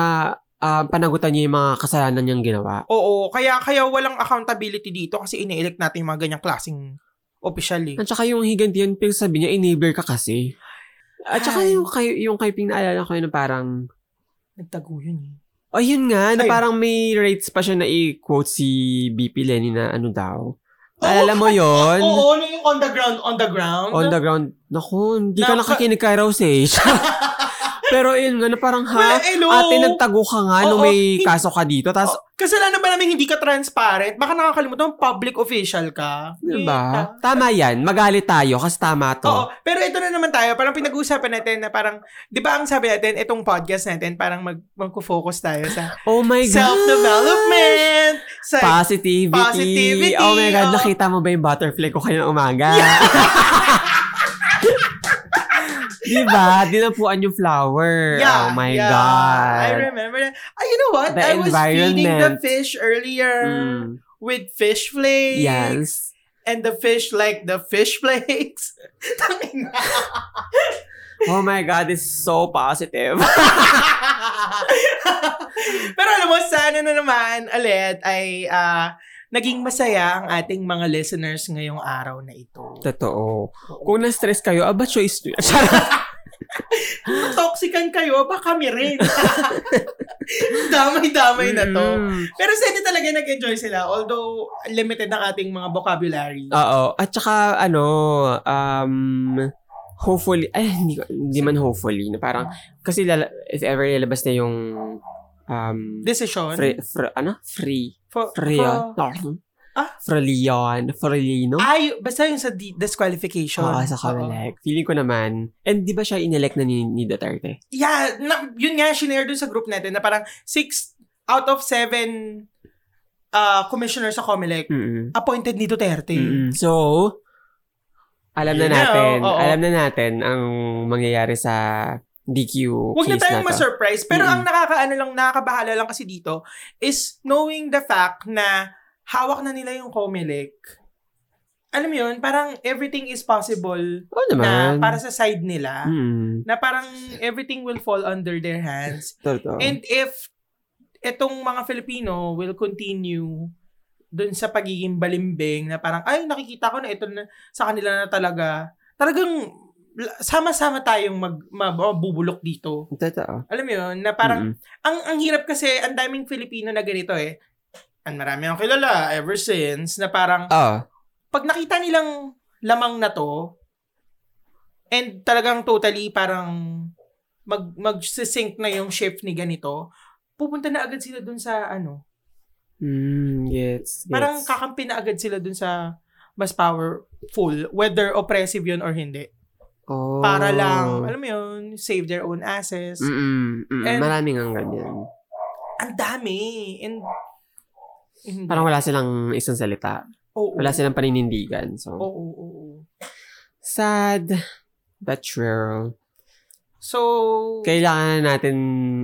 S1: ah, panagutan niya yung mga kasalanan niyang ginawa.
S2: Oo, kaya kaya walang accountability dito kasi ini-elect natin yung mga ganyang klaseng official eh.
S1: At saka yung higanti yun, pero sabi niya, enabler ka kasi. At saka
S2: Ay.
S1: yung, kay, yung kay Ping naalala ko yun na parang,
S2: Nagtago yun eh.
S1: O yun nga, na
S2: Ayun.
S1: parang may rates pa siya na i-quote si BP Lenny na ano daw. Alala mo yon
S2: Oh, Oo, ano yung on the ground, on the ground.
S1: On the ground. Naku, hindi ka
S2: Naka-
S1: nakikinig kay Rose eh. (laughs) Pero yun nga, na parang
S2: Well,
S1: ha,
S2: hello.
S1: ate, nagtago ka nga nung
S2: Oo,
S1: may
S2: hin-
S1: kaso ka dito. Tapos,
S2: Oh, kasalanan ba namin hindi ka transparent? Baka nakakalimutan, public official ka. Eh,
S1: diba? Tama yan, magalit tayo kasi tama to.
S2: Oo, pero ito na naman tayo, parang pinag-uusapan natin na parang, di ba ang sabi natin, itong podcast natin, parang mag, magko-focus tayo sa
S1: (laughs) Oh my God.
S2: self-development, sa
S1: Positivity.
S2: Positivity,
S1: Oh my God,
S2: oo.
S1: nakita mo ba yung butterfly ko kanina umaga? (laughs) diba? Dinapuan yung flower. oh my
S2: yeah.
S1: God.
S2: I remember that. Ah, you know what?
S1: The
S2: I was feeding the
S1: environment.
S2: fish earlier
S1: Mm,
S2: with fish flakes.
S1: yes.
S2: And the fish like the fish (laughs) flakes. Tangina.
S1: Oh my God, it's so positive. (laughs)
S2: (laughs) Pero alam mo, sana na naman ulit ay ah, naging masaya ang ating mga listeners ngayong araw na
S1: (gasps)
S2: ito.
S1: Totoo. Kung na-stress kayo, aba choice nyo. (laughs) Charot.
S2: Kung toxican kayo, baka kami rin. (laughs) Damay-damay na to.
S1: Mm.
S2: Pero sana talaga nag-enjoy sila. Although, limited ang ating mga vocabulary.
S1: Oo. At saka, ano, um, hopefully, ay, hindi, ko- hindi man hopefully, na parang, kasi lala, if ever lalabas na yung, um,
S2: Decision.
S1: free, fr- ano? Free.
S2: for,
S1: Free, ah.
S2: for-
S1: Pardon.
S2: Ah?
S1: Frolion, Frolino.
S2: Ay, basta yung sa di- disqualification.
S1: Oo, Ah, sa Comelec. Feeling ko naman. And di ba siya inelect na ni, ni Duterte?
S2: Yeah, na, yun nga, shinare dun sa group natin na parang six out of seven uh, commissioners sa COMELEC
S1: Mm-mm.
S2: appointed ni Duterte.
S1: Mm-mm. So, alam na
S2: Yun na,
S1: natin.
S2: oo, oo.
S1: Alam na natin ang mangyayari sa DQ
S2: Huwag na
S1: case na,
S2: tayong
S1: to.
S2: ma-surprise. Pero
S1: Mm-mm.
S2: ang nakakaano lang, nakakabahala lang kasi dito is knowing the fact na hawak na nila yung COMELEC. Alam mo yun, parang everything is possible
S1: Oo
S2: na
S1: naman. Mm.
S2: para sa side nila.
S1: Mm-mm.
S2: Na parang everything will fall under their hands.
S1: Totoo.
S2: And if itong mga Filipino will continue dun sa pagiging balimbing na parang, ay, nakikita ko na ito na, sa kanila na talaga. Talagang la- sama-sama tayong mag, ma- mabubulok dito.
S1: Totoo.
S2: Alam mo yun, na parang,
S1: Mm-mm.
S2: ang, ang hirap kasi, ang daming Filipino na ganito eh. Ang marami akong kilala ever since na parang,
S1: Oo.
S2: pag nakita nilang lamang na to, and talagang totally parang mag mag-sync na yung shift ni ganito, pupunta na agad sila dun sa ano,
S1: Mm, yes, yes.
S2: parang kakampi na agad sila dun sa mas powerful, whether oppressive yun or hindi.
S1: Oo.
S2: Para lang, alam mo yun, save their own asses.
S1: Oh. Mm. Mm-mm, mm-mm.
S2: And-
S1: Maraming ang ganyan.
S2: Ang dami. And, hindi.
S1: Parang wala silang isang salita.
S2: oo,
S1: Wala silang paninindigan. So,
S2: Oo, oo, oo.
S1: sad but true.
S2: So,
S1: Kailangan natin,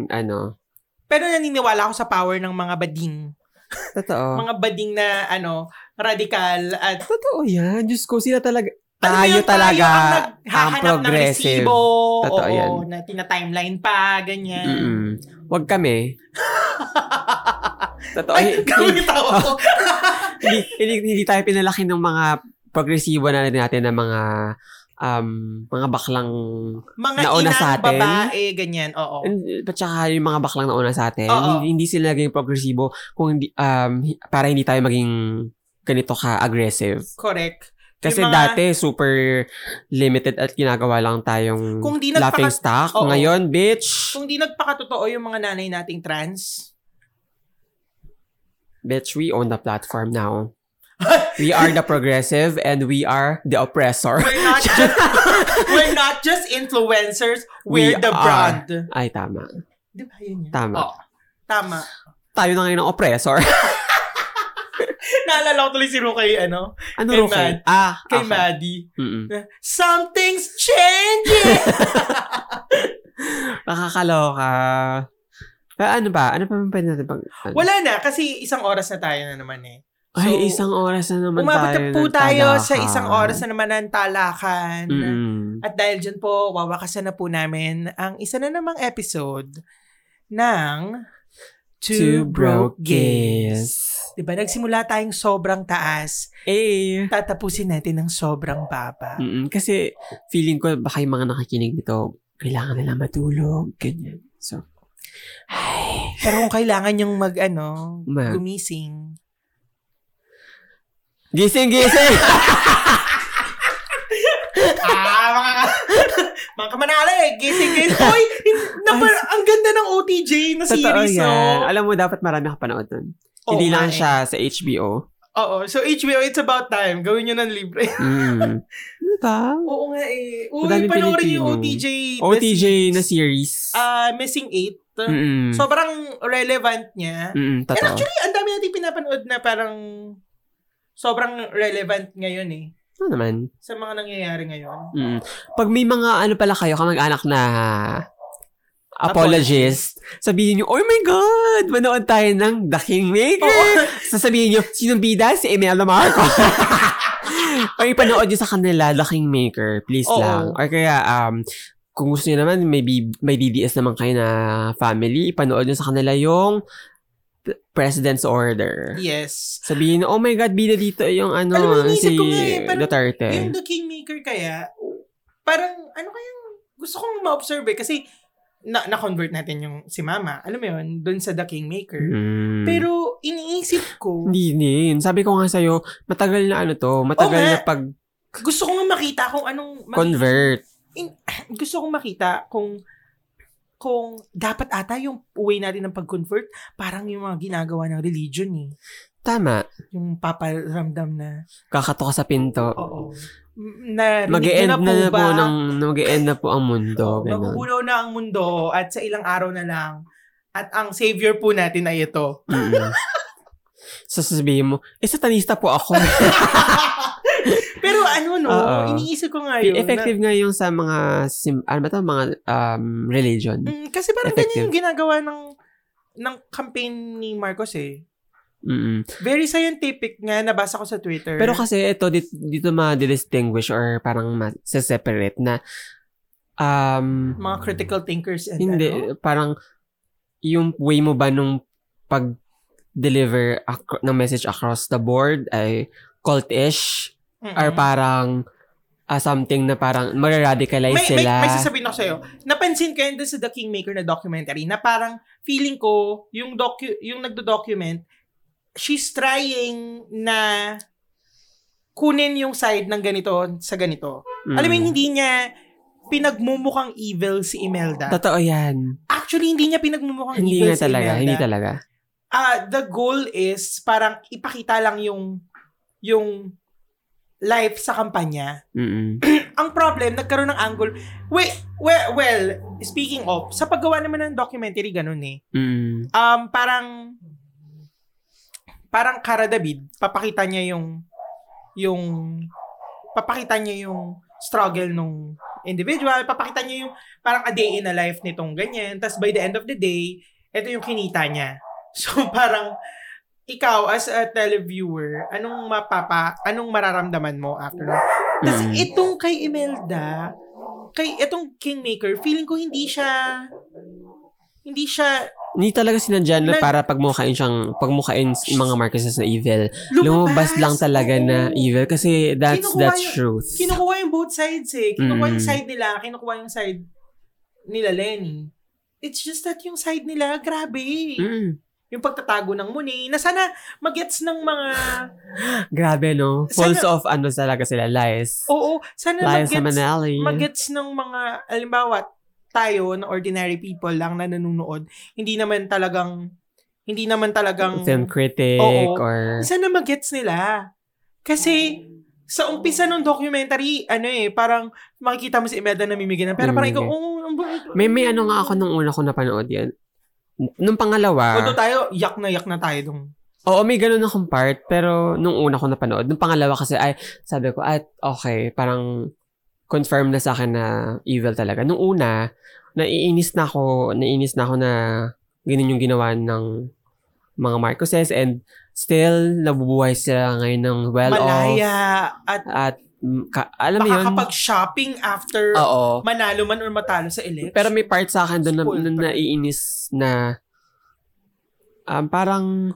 S1: ano,
S2: pero naniniwala ako sa power ng mga bading.
S1: totoo.
S2: mga bading na ano radikal at
S1: totoo yan. Diyos ko, sila talaga.
S2: Alam mo
S1: Tayo
S2: yun,
S1: talaga ang
S2: naghahanap
S1: progressive.
S2: Ng resibo,
S1: Totoo
S2: oo,
S1: yan.
S2: na tina-timeline pa, ganyan.
S1: Mm-mm. Huwag kami. totoo.
S2: (laughs) Ay, gawin yung tawa ko.
S1: hindi, hindi, hindi tayo pinalaki ng mga progresibo na rin natin ng mga um, mga baklang
S2: Mga
S1: Nauna
S2: inang
S1: sa atin.
S2: babae, ganyan, oo.
S1: and, at saka yung mga baklang nauna sa atin
S2: Oo.
S1: hindi, hindi sila naging progresibo kung hindi, um, hi- para hindi tayo maging ganito ka aggressive
S2: Correct.
S1: kasi
S2: Yung mga-
S1: dati super limited at ginagawa lang tayong
S2: Kung di nagpaka-
S1: laughing stock
S2: Oo.
S1: ngayon bitch
S2: Kung di nagpakatotoo yung mga nanay nating
S1: (laughs)
S2: trans,
S1: bitch we own the platform now we are the progressive and we are the oppressor (laughs)
S2: we're not just, (laughs) we're not just influencers,
S1: We
S2: we're the
S1: are.
S2: brand.
S1: ay tama
S2: Di ba yun yan?
S1: Tama.
S2: Oo. tama.
S1: tayo na ngayon ang oppressor (laughs)
S2: Naalala ko tuloy si Rukay, ano?
S1: ano
S2: Kay
S1: ro
S2: Mad.
S1: ah
S2: Kay Eh.
S1: okay.
S2: Maddie.
S1: Mm-mm.
S2: Something's
S1: (laughs)
S2: changing!
S1: Nakakaloka. Pero ano ba? Ano pa man pwede natin pag... Ano?
S2: Wala na, kasi isang oras na tayo na naman eh. So,
S1: Ay, isang oras na naman
S2: Umabot
S1: tayo.
S2: na po
S1: ng
S2: tayo
S1: talakan.
S2: sa isang oras na naman ng talakan.
S1: Mm-mm.
S2: At dahil dyan po, wawakasan na po namin ang isa na namang episode ng
S1: Two broke gays.
S2: Diba, nagsimula tayong sobrang taas,
S1: Eh.
S2: tatapusin natin ng sobrang baba.
S1: Mm-mm. Kasi feeling ko baka yung mga nakikinig nito, kailangan nila matulog. Ganyan. So, ay,
S2: Pero kung kailangan yung mag, ano,
S1: Ma.
S2: gumising.
S1: gising, gising!
S2: (laughs) ah, mga, ka- (laughs) mga kamanalig, gising,
S1: (laughs)
S2: gising. Uy, napar- ang ganda ng OTJ na
S1: Totoo
S2: series, oh.
S1: yan.
S2: no?
S1: Alam mo, dapat marami ka panood dun.
S2: Oo
S1: Hindi
S2: nga
S1: lang
S2: eh.
S1: siya sa HBO.
S2: Oo. So, HBO, it's about time. Gawin nyo ng libre.
S1: Mm.
S2: Ano
S1: diba?
S2: (laughs) Oo nga eh. Uy,
S1: Madaming
S2: panoorin yung
S1: Pilipino.
S2: OTJ.
S1: OTJ na series.
S2: Ah, Missing 8.
S1: Mm-mm.
S2: Sobrang relevant niya.
S1: Mm-mm, Mm.
S2: And
S1: totoo.
S2: actually, ang dami natin pinapanood na parang sobrang relevant ngayon eh.
S1: Ano naman?
S2: Sa mga nangyayari (laughs) ngayon.
S1: Mm. Pag may mga ano pala kayo, kamag-anak na apologist, sabihin nyo, oh my God, manood tayo ng The Kingmaker.
S2: Oo.
S1: Sasabihin nyo, sinong bida? Si Emel
S2: (laughs)
S1: Marco. Or ipanood nyo sa kanila, The Kingmaker. Please
S2: Oo.
S1: lang. Or kaya, um, kung gusto nyo naman, may, B- may DDS naman kayo na family, ipanood nyo sa kanila yung P- President's Order.
S2: Yes.
S1: Sabihin nyo, oh my God, bida dito yung ano,
S2: Alam mo,
S1: si
S2: iniisip ko nga eh, parang
S1: Duterte.
S2: Yung The Kingmaker kaya, parang ano kayang gusto kong ma-observe eh. Kasi na- na-convert natin yung si Mama. Alam mo yun, dun sa The Kingmaker.
S1: Mm.
S2: Pero iniisip ko,
S1: Hindi din. Sabi ko nga sa'yo, matagal na ano to, matagal
S2: Oo
S1: na
S2: nga.
S1: pag-convert.
S2: gusto ko nga makita kung anong ma- gusto kong makita kung kung dapat ata yung way natin ng pag-convert parang yung mga ginagawa ng religion eh.
S1: Tama.
S2: Yung paparamdam na,
S1: Kakato ka sa pinto.
S2: oo. Na,
S1: Mag-e-end Ano, na, na po,
S2: ba?
S1: ng, mag-e-end na po ang mundo.
S2: Oo,
S1: ganun.
S2: Magugunaw na ang mundo at sa ilang araw na lang. At ang savior po natin ay ito.
S1: (laughs) Mm-mm. so, sasabihin mo, eh, satanista po (laughs) ako.
S2: Pero ano no,
S1: Oo.
S2: iniisip ko nga yun. na-
S1: Effective nga yung sa mga, sim, ano ba to, mga um, religion.
S2: Mm, kasi parang
S1: Effective.
S2: ganyan yung ginagawa ng ng campaign ni Marcos eh.
S1: Mm-mm.
S2: Very scientific nga, nabasa ko sa Twitter.
S1: Pero kasi ito, dito, dito ma-distinguish or parang ma-separate na um,
S2: mga critical thinkers and ano.
S1: hindi, parang yung way mo ba nung pag-deliver ac- ng message across the board ay cult-ish
S2: Mm-mm.
S1: or parang ah, something na parang mararadicalize
S2: may,
S1: sila.
S2: May, may sasabihin ako sa'yo. Napansin ko yun dun sa The Kingmaker na documentary na parang feeling ko, yung, docu- yung nagdo-document, she's trying na kunin yung side ng ganito sa ganito.
S1: Mm.
S2: Alam mo, yun, hindi niya pinagmumukhang evil si Imelda.
S1: Totoo yan.
S2: Actually, hindi niya pinagmumukhang
S1: Hindi
S2: evil
S1: nga
S2: si
S1: talaga.
S2: Imelda.
S1: Hindi talaga.
S2: Ah, the goal is parang ipakita lang yung yung life sa kampanya
S1: Mm-mm.
S2: ang problem, nagkaroon ng angle. Wait, well, well, speaking of, sa paggawa naman ng documentary, ganun eh.
S1: Mm-mm.
S2: Um, parang, parang Cara David, papakita niya yung, yung, papakita niya yung struggle nung individual, papakita niya yung parang a day in a life nitong ganyan. Tapos by the end of the day, ito yung kinita niya. (laughs) So parang, ikaw as a televiewer, anong mapapa, anong mararamdaman mo after that? Tapos
S1: Mm.
S2: itong kay Imelda, kay itong Kingmaker, feeling ko hindi siya hindi siya
S1: Hindi talaga sinadya na
S2: Nag-
S1: para pagmukhain siyang, pagmukhain s- mga Marquesas na evil.
S2: lumabas.
S1: Lumabas lang talaga na
S2: Oo.
S1: evil kasi that's
S2: Kinukuha
S1: that's
S2: yung-
S1: truth.
S2: Kinukuha yung both sides eh. Kinukuha yung
S1: Mm.
S2: side nila, kinukuha yung side nila Lenny. It's just that yung side nila, grabe.
S1: Mm.
S2: Yung pagtatago ng muni, na sana magets ng
S1: (laughs)
S2: mga,
S1: Grabe no. Falls
S2: Sana-
S1: of ano talaga sila, lies.
S2: oo, sana
S1: lies na
S2: magets,
S1: Manali.
S2: magets ng mga, alimbawa, tayo na ordinary people lang na nanonood, hindi naman talagang, hindi naman talagang,
S1: Film critic
S2: Oo.
S1: or...
S2: sana magets nila. Kasi, sa umpisa ng documentary, ano eh, parang makikita mo si Imelda namimigay ng pera. Parang ikaw,
S1: Namimigay.
S2: oh, ang bait.
S1: May, may ano nga ako nung una ko napanood yan. Nung pangalawa,
S2: Although tayo, yak na yak na tayo dong.
S1: oo, may ganun akong part, pero nung una ko napanood, nung pangalawa kasi, ay, sabi ko, at okay, parang confirm na sa akin na evil talaga. Nung una, naiinis na ako, naiinis na ako na ganun yung ginawa ng mga Marcoses and still nabubuhay sila ngayon ng well-off
S2: Malaya at
S1: at mm, ka, oh. alam mo yun?
S2: makakapag-shopping after
S1: Oo.
S2: manalo man or matalo sa election.
S1: Pero may part sa akin doon na,
S2: Spoiled
S1: na
S2: pa.
S1: naiinis na um, parang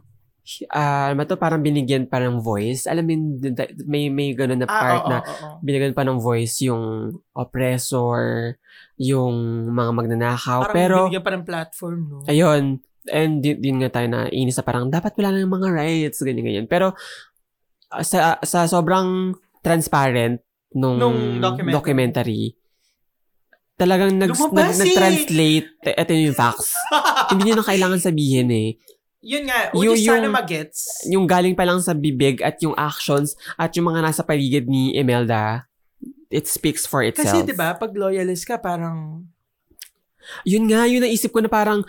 S1: ah, ano ba to parang binigyan pa ng voice. Alam mo yun, d- may may ganun na
S2: ah,
S1: part
S2: oo,
S1: na
S2: oo, oo.
S1: binigyan pa ng voice yung oppressor, yung mga magnanakaw.
S2: Parang
S1: Oh, Pero
S2: binigyan pa ng platform, no?
S1: Ayun. And yun, yun nga tayo na inis na parang dapat wala na yung mga rights, ganyan-ganyan. Pero ah, sa, sa sobrang transparent nung,
S2: Nung documentary.
S1: documentary. talagang nag, nag,
S2: Lumabas eh.
S1: nag-translate, eh, eto yung
S2: (laughs)
S1: facts. Hindi nyo na kailangan sabihin eh.
S2: Yun nga, which
S1: Yung-
S2: is sana
S1: yung-
S2: magets.
S1: Yung galing pa lang sa bibig at yung actions at yung mga nasa paligid ni Imelda, it speaks for
S2: Kasi
S1: itself.
S2: di ba pag loyalist ka, parang
S1: Yun nga, yun naisip ko na parang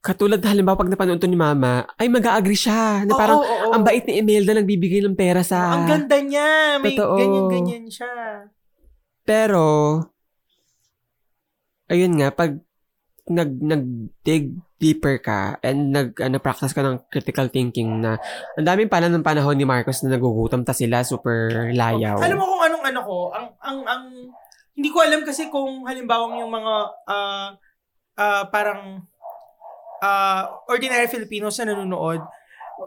S1: katulad halimbawa pag napanood to ni mama, ay mag-agree siya na
S2: Oo,
S1: parang
S2: oo, oo.
S1: Ang bait ni Imelda nagbibigay ng pera sa...
S2: Ang ganda niya. May
S1: Totoo.
S2: ganyan-ganyan siya.
S1: Pero, ayun nga, pag nag, nag-dig deeper ka and nag, ano, practice ka ng critical thinking na ang daming pala ng panahon ni Marcos na nagugutom ta sila super layaw.
S2: Alam mo kung anong ano ko, ang ang ang hindi ko alam kasi kung halimbawa yung mga ah, ah, parang ah, ordinary Filipinos na nanonood,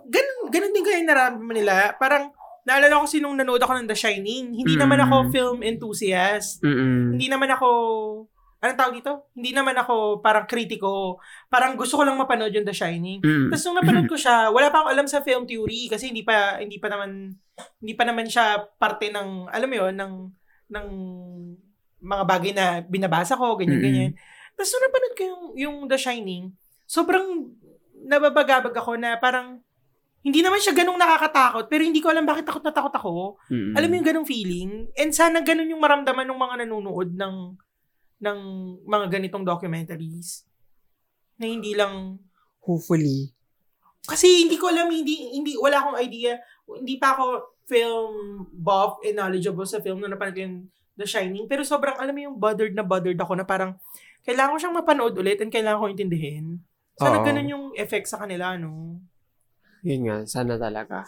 S2: ganun, ganun din kaya nararamdaman nila. Parang, naalala ko kasi nung nanood ako ng The Shining, hindi naman
S1: Mm.
S2: ako film enthusiast.
S1: Mm-mm.
S2: Hindi naman ako, anong tawag dito? Hindi naman ako parang kritiko. Parang gusto ko lang mapanood yung The Shining.
S1: Mm.
S2: Tapos nung napanood ko siya, wala pa ako alam sa film theory kasi hindi pa hindi pa naman hindi pa naman siya parte ng alam mo 'yon ng ng mga bagay na binabasa ko, ganyan
S1: Mm-mm.
S2: ganyan. Tapos nung napanood ko yung yung The Shining, sobrang nababagabag ako na parang Hindi naman siya ganong nakakatakot, pero hindi ko alam bakit takot na takot ako.
S1: Mm-mm.
S2: Alam mo yung ganong feeling? And sana ganon yung maramdaman ng mga nanonood ng ng mga ganitong documentaries. Na hindi lang
S1: Hopefully.
S2: kasi hindi ko alam hindi hindi wala akong idea. Hindi pa ako film buff and knowledgeable sa film na napanood ko yung The Shining. Pero sobrang alam mo yung bothered na bothered ako na parang kailangan ko siyang mapanood ulit and kailangan ko intindihin. Sana
S1: Oo.
S2: ganun yung effect sa kanila, no?
S1: Yun nga, sana talaga.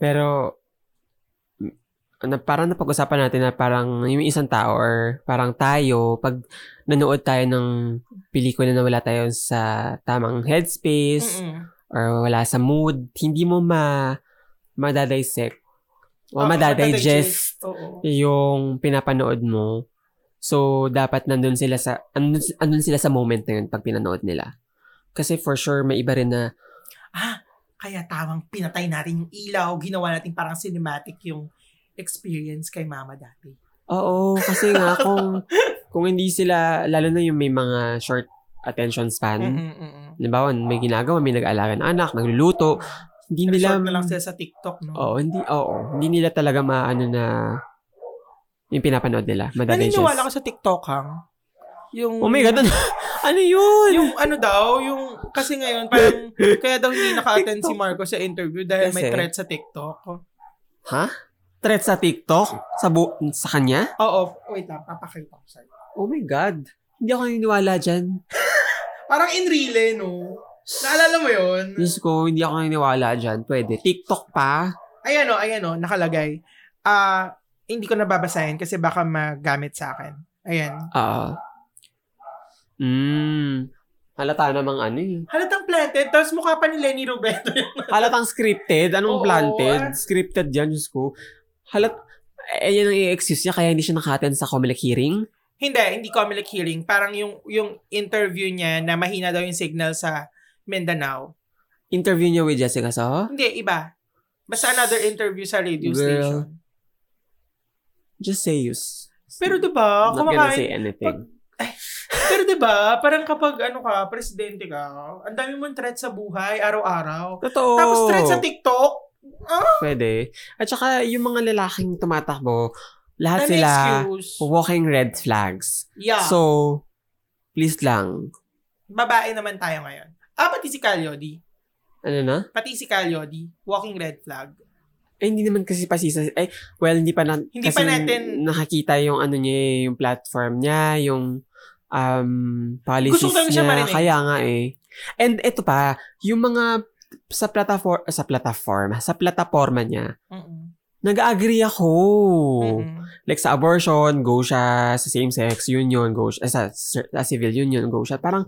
S1: Pero, m- na, parang napag-usapan natin na parang yung isang tao or parang tayo, pag nanood tayo ng pelikula na wala tayo sa tamang headspace
S2: Mm-mm.
S1: or wala sa mood, hindi mo ma madadissect o
S2: Oo,
S1: madadigest
S2: madadigest. Oo.
S1: yung pinapanood mo. So, dapat nandun sila sa, andun, andun sila sa moment na yun pag pinanood nila. Kasi for sure, may iba rin na
S2: Kaya tawang pinatay natin yung ilaw, ginawa natin parang cinematic yung experience kay mama dati.
S1: Oo, kasi
S2: (laughs)
S1: nga kung kung hindi sila lalo na yung may mga short attention span.
S2: Mm-mm, mm-mm.
S1: Halimbawa, may ginagawa, may nag-aalaga ng anak, nagluluto, hindi Oh, nila
S2: Resort na lang sila sa TikTok, no?
S1: Oo, hindi oo, hindi nila talaga maano na yung pinapanood nila. Madadayas.
S2: Naniniwala ka sa TikTok, ha? Yung,
S1: Oh my God, ano, (laughs) ano yun?
S2: Yung ano daw, yung, kasi ngayon,
S1: (laughs)
S2: parang, kaya daw hindi naka-attend si Marco sa interview dahil may
S1: Kasi?
S2: threat sa TikTok.
S1: Ha? Threat sa TikTok? Sa, bu- sa kanya?
S2: Oo, wait lang, papakita ko sa'yo.
S1: Oh my God. Hindi ako naniniwala dyan.
S2: Parang in relay, no? Naalala mo yun?
S1: Diyos ko, hindi ako naniniwala dyan. Pwede. TikTok pa?
S2: Ayan o, ayan o, nakalagay. Ah, hindi ko nababasahin kasi baka magamit sa akin. Ayan.
S1: Oo.
S2: Hmm.
S1: Mm. Halata namang ano eh.
S2: Halatang planted, tapos mukha pa ni Lenny Roberto.
S1: Halatang scripted. Anong
S2: Oo,
S1: planted?
S2: ah.
S1: Scripted yan, Diyos ko. Halat, eh, yan ang i-excuse niya kaya hindi siya nakaten sa Comelec hearing.
S2: (laughs) hindi, hindi Comelec hearing. Parang yung, yung interview niya na mahina daw yung signal sa Mindanao.
S1: Interview niya with Jessica Soho.
S2: Hindi, iba. Basta another interview sa
S1: Girl.
S2: radio station.
S1: Just say yous.
S2: Pero 'di ba,
S1: Not gonna say
S2: kumakain.
S1: anything.
S2: Pero 'di ba, parang kapag ano ka, presidente ka, ang dami mong threat sa buhay araw-araw.
S1: Totoo.
S2: Tapos threat sa TikTok,
S1: Pwede. At saka yung mga lalaking tumatakbo, lahat
S2: an
S1: sila
S2: excuse.
S1: walking red flags.
S2: Yeah.
S1: So, please lang.
S2: babae naman tayo ngayon. Ah, pati si Calyodi.
S1: Ano na?
S2: Pati si Calyodi, walking red flag.
S1: Eh, hindi naman kasi pasisa. Eh, well, hindi pa, na,
S2: Hindi
S1: kasi
S2: pa natin-
S1: nakakita yung ano niya, eh, yung platform niya, yung um, policies
S2: Gusto ko lang siya
S1: niya.
S2: marinig.
S1: Kaya nga eh. And ito pa, yung mga sa platform sa platform sa plataforma niya
S2: Mm-mm.
S1: nag-agree ako Oh.
S2: Mm-mm.
S1: like sa abortion go siya sa same sex union go siya eh, sa, sa civil union go siya parang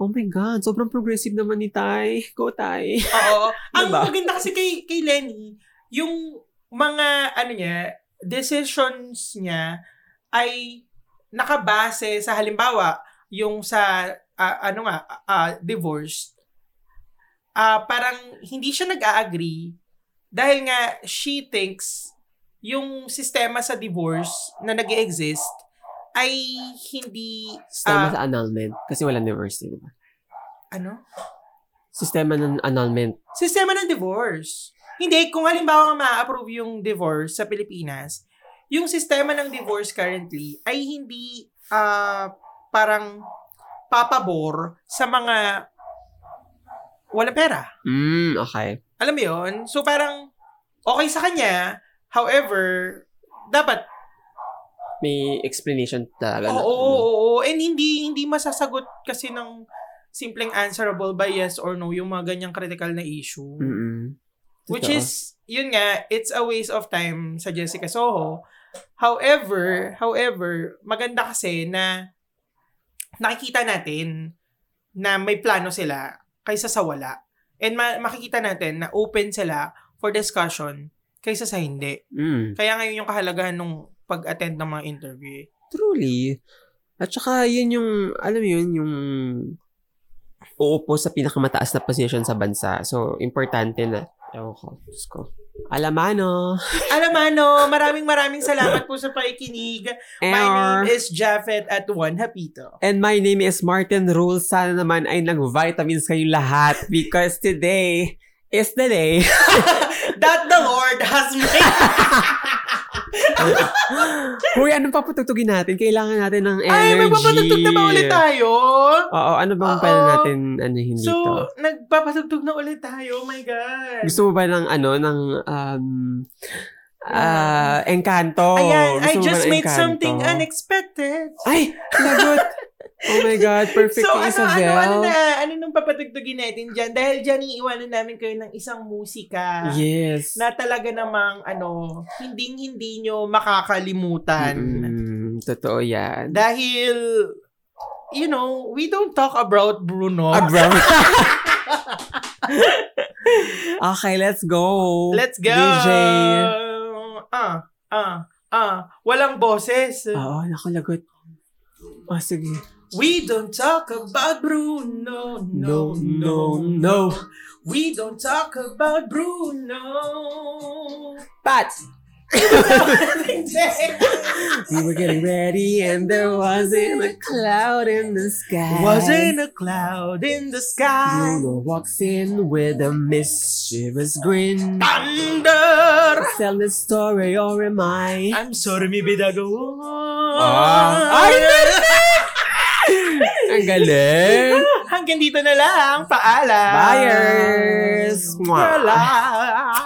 S1: oh my god sobrang progressive naman ni Tay go Tay
S2: Oo.
S1: (laughs)
S2: Ang
S1: Diba?
S2: maganda kasi kay, kay Lenny, yung mga, ano niya, decisions niya ay nakabase sa halimbawa, yung sa, ah, ano nga, ah, ah, divorce. Ah, parang hindi siya nag-agree dahil nga she thinks yung sistema sa divorce na nag exist ay hindi,
S1: sistema
S2: Ah.
S1: sa annulment kasi walang divorce di ba
S2: ano?
S1: sistema ng annulment
S2: sistema ng divorce. Hindi, kung halimbawa nga ma-approve yung divorce sa Pilipinas, yung sistema ng divorce currently ay hindi ah, parang papabor sa mga wala pera.
S1: Mm, okay.
S2: Alam mo yun? So parang okay sa kanya, however, dapat
S1: May explanation talaga.
S2: Oo, oo, oo. And hindi, hindi masasagot kasi ng simpleng answerable by yes or no yung mga ganyang critical na issue.
S1: Mm-mm.
S2: Which is, yun nga, it's a waste of time sa Jessica Soho. However, however, maganda kasi na nakikita natin na may plano sila kaysa sa wala. And ma- makikita natin na open sila for discussion kaysa sa hindi.
S1: Mm.
S2: Kaya ngayon yung kahalagahan nung pag-attend ng mga interview.
S1: Truly. At saka, yun yung, alam mo yun, yung uupo sa pinakamataas na position sa bansa. So, importante na. Ewan ko. Diyos ko. Alamano.
S2: Alam ano, maraming maraming salamat po sa pakikinig. My name
S1: Err.
S2: is Jafet at Juan Hapito.
S1: And my name is Martin Rule. Sana naman ay nag-vitamins kayo lahat because today is the day
S2: that the Lord has made.
S1: (laughs) Hoy, anong papatugtugin natin? Kailangan natin ng energy.
S2: Ay, magpapatugtog na ba ulit tayo?
S1: Oo, ano bang
S2: Oo.
S1: pala natin ano hindi
S2: So,
S1: to?
S2: nagpapatugtog na ulit tayo. Oh my God.
S1: Gusto mo ba ng ano, ng um, ah, Encanto?
S2: Ayan, I
S1: Gusto mo ba
S2: just
S1: ng
S2: made
S1: Encanto?
S2: something unexpected.
S1: Ay, lagot! oh my God, perfect
S2: so,
S1: kay
S2: ano,
S1: Isabel.
S2: ano, ano na, ano nung papatugtugin natin dyan? Dahil dyan, iiwanan namin kayo ng isang musika
S1: Yes.
S2: na talaga namang, ano, hinding-hindi nyo makakalimutan.
S1: Mm, totoo yan.
S2: Dahil, you know, we don't talk about Bruno.
S1: Abram. (laughs) okay, let's go.
S2: Let's go!
S1: DJ.
S2: Ah, ah, ah. Walang boses.
S1: Oo, nakalagot. Oh, sige.
S2: We don't talk about Bruno.
S1: No,
S2: No,
S1: no,
S2: no,
S1: no.
S2: We don't talk about
S1: (laughs)
S2: Bruno.
S1: But,
S2: Hindi.
S1: we were getting ready and there wasn't a cloud in the sky.
S2: Wasn't a cloud in the sky.
S1: Bruno walks in with a mischievous grin.
S2: Thunder!
S1: Tell the story or am I?
S2: I'm sorry, may bidagawa.
S1: Ah. Ay, meron Ang galing!
S2: Hanggang dito na lang. Paalam.
S1: Buyers! Mwah.
S2: Paalam.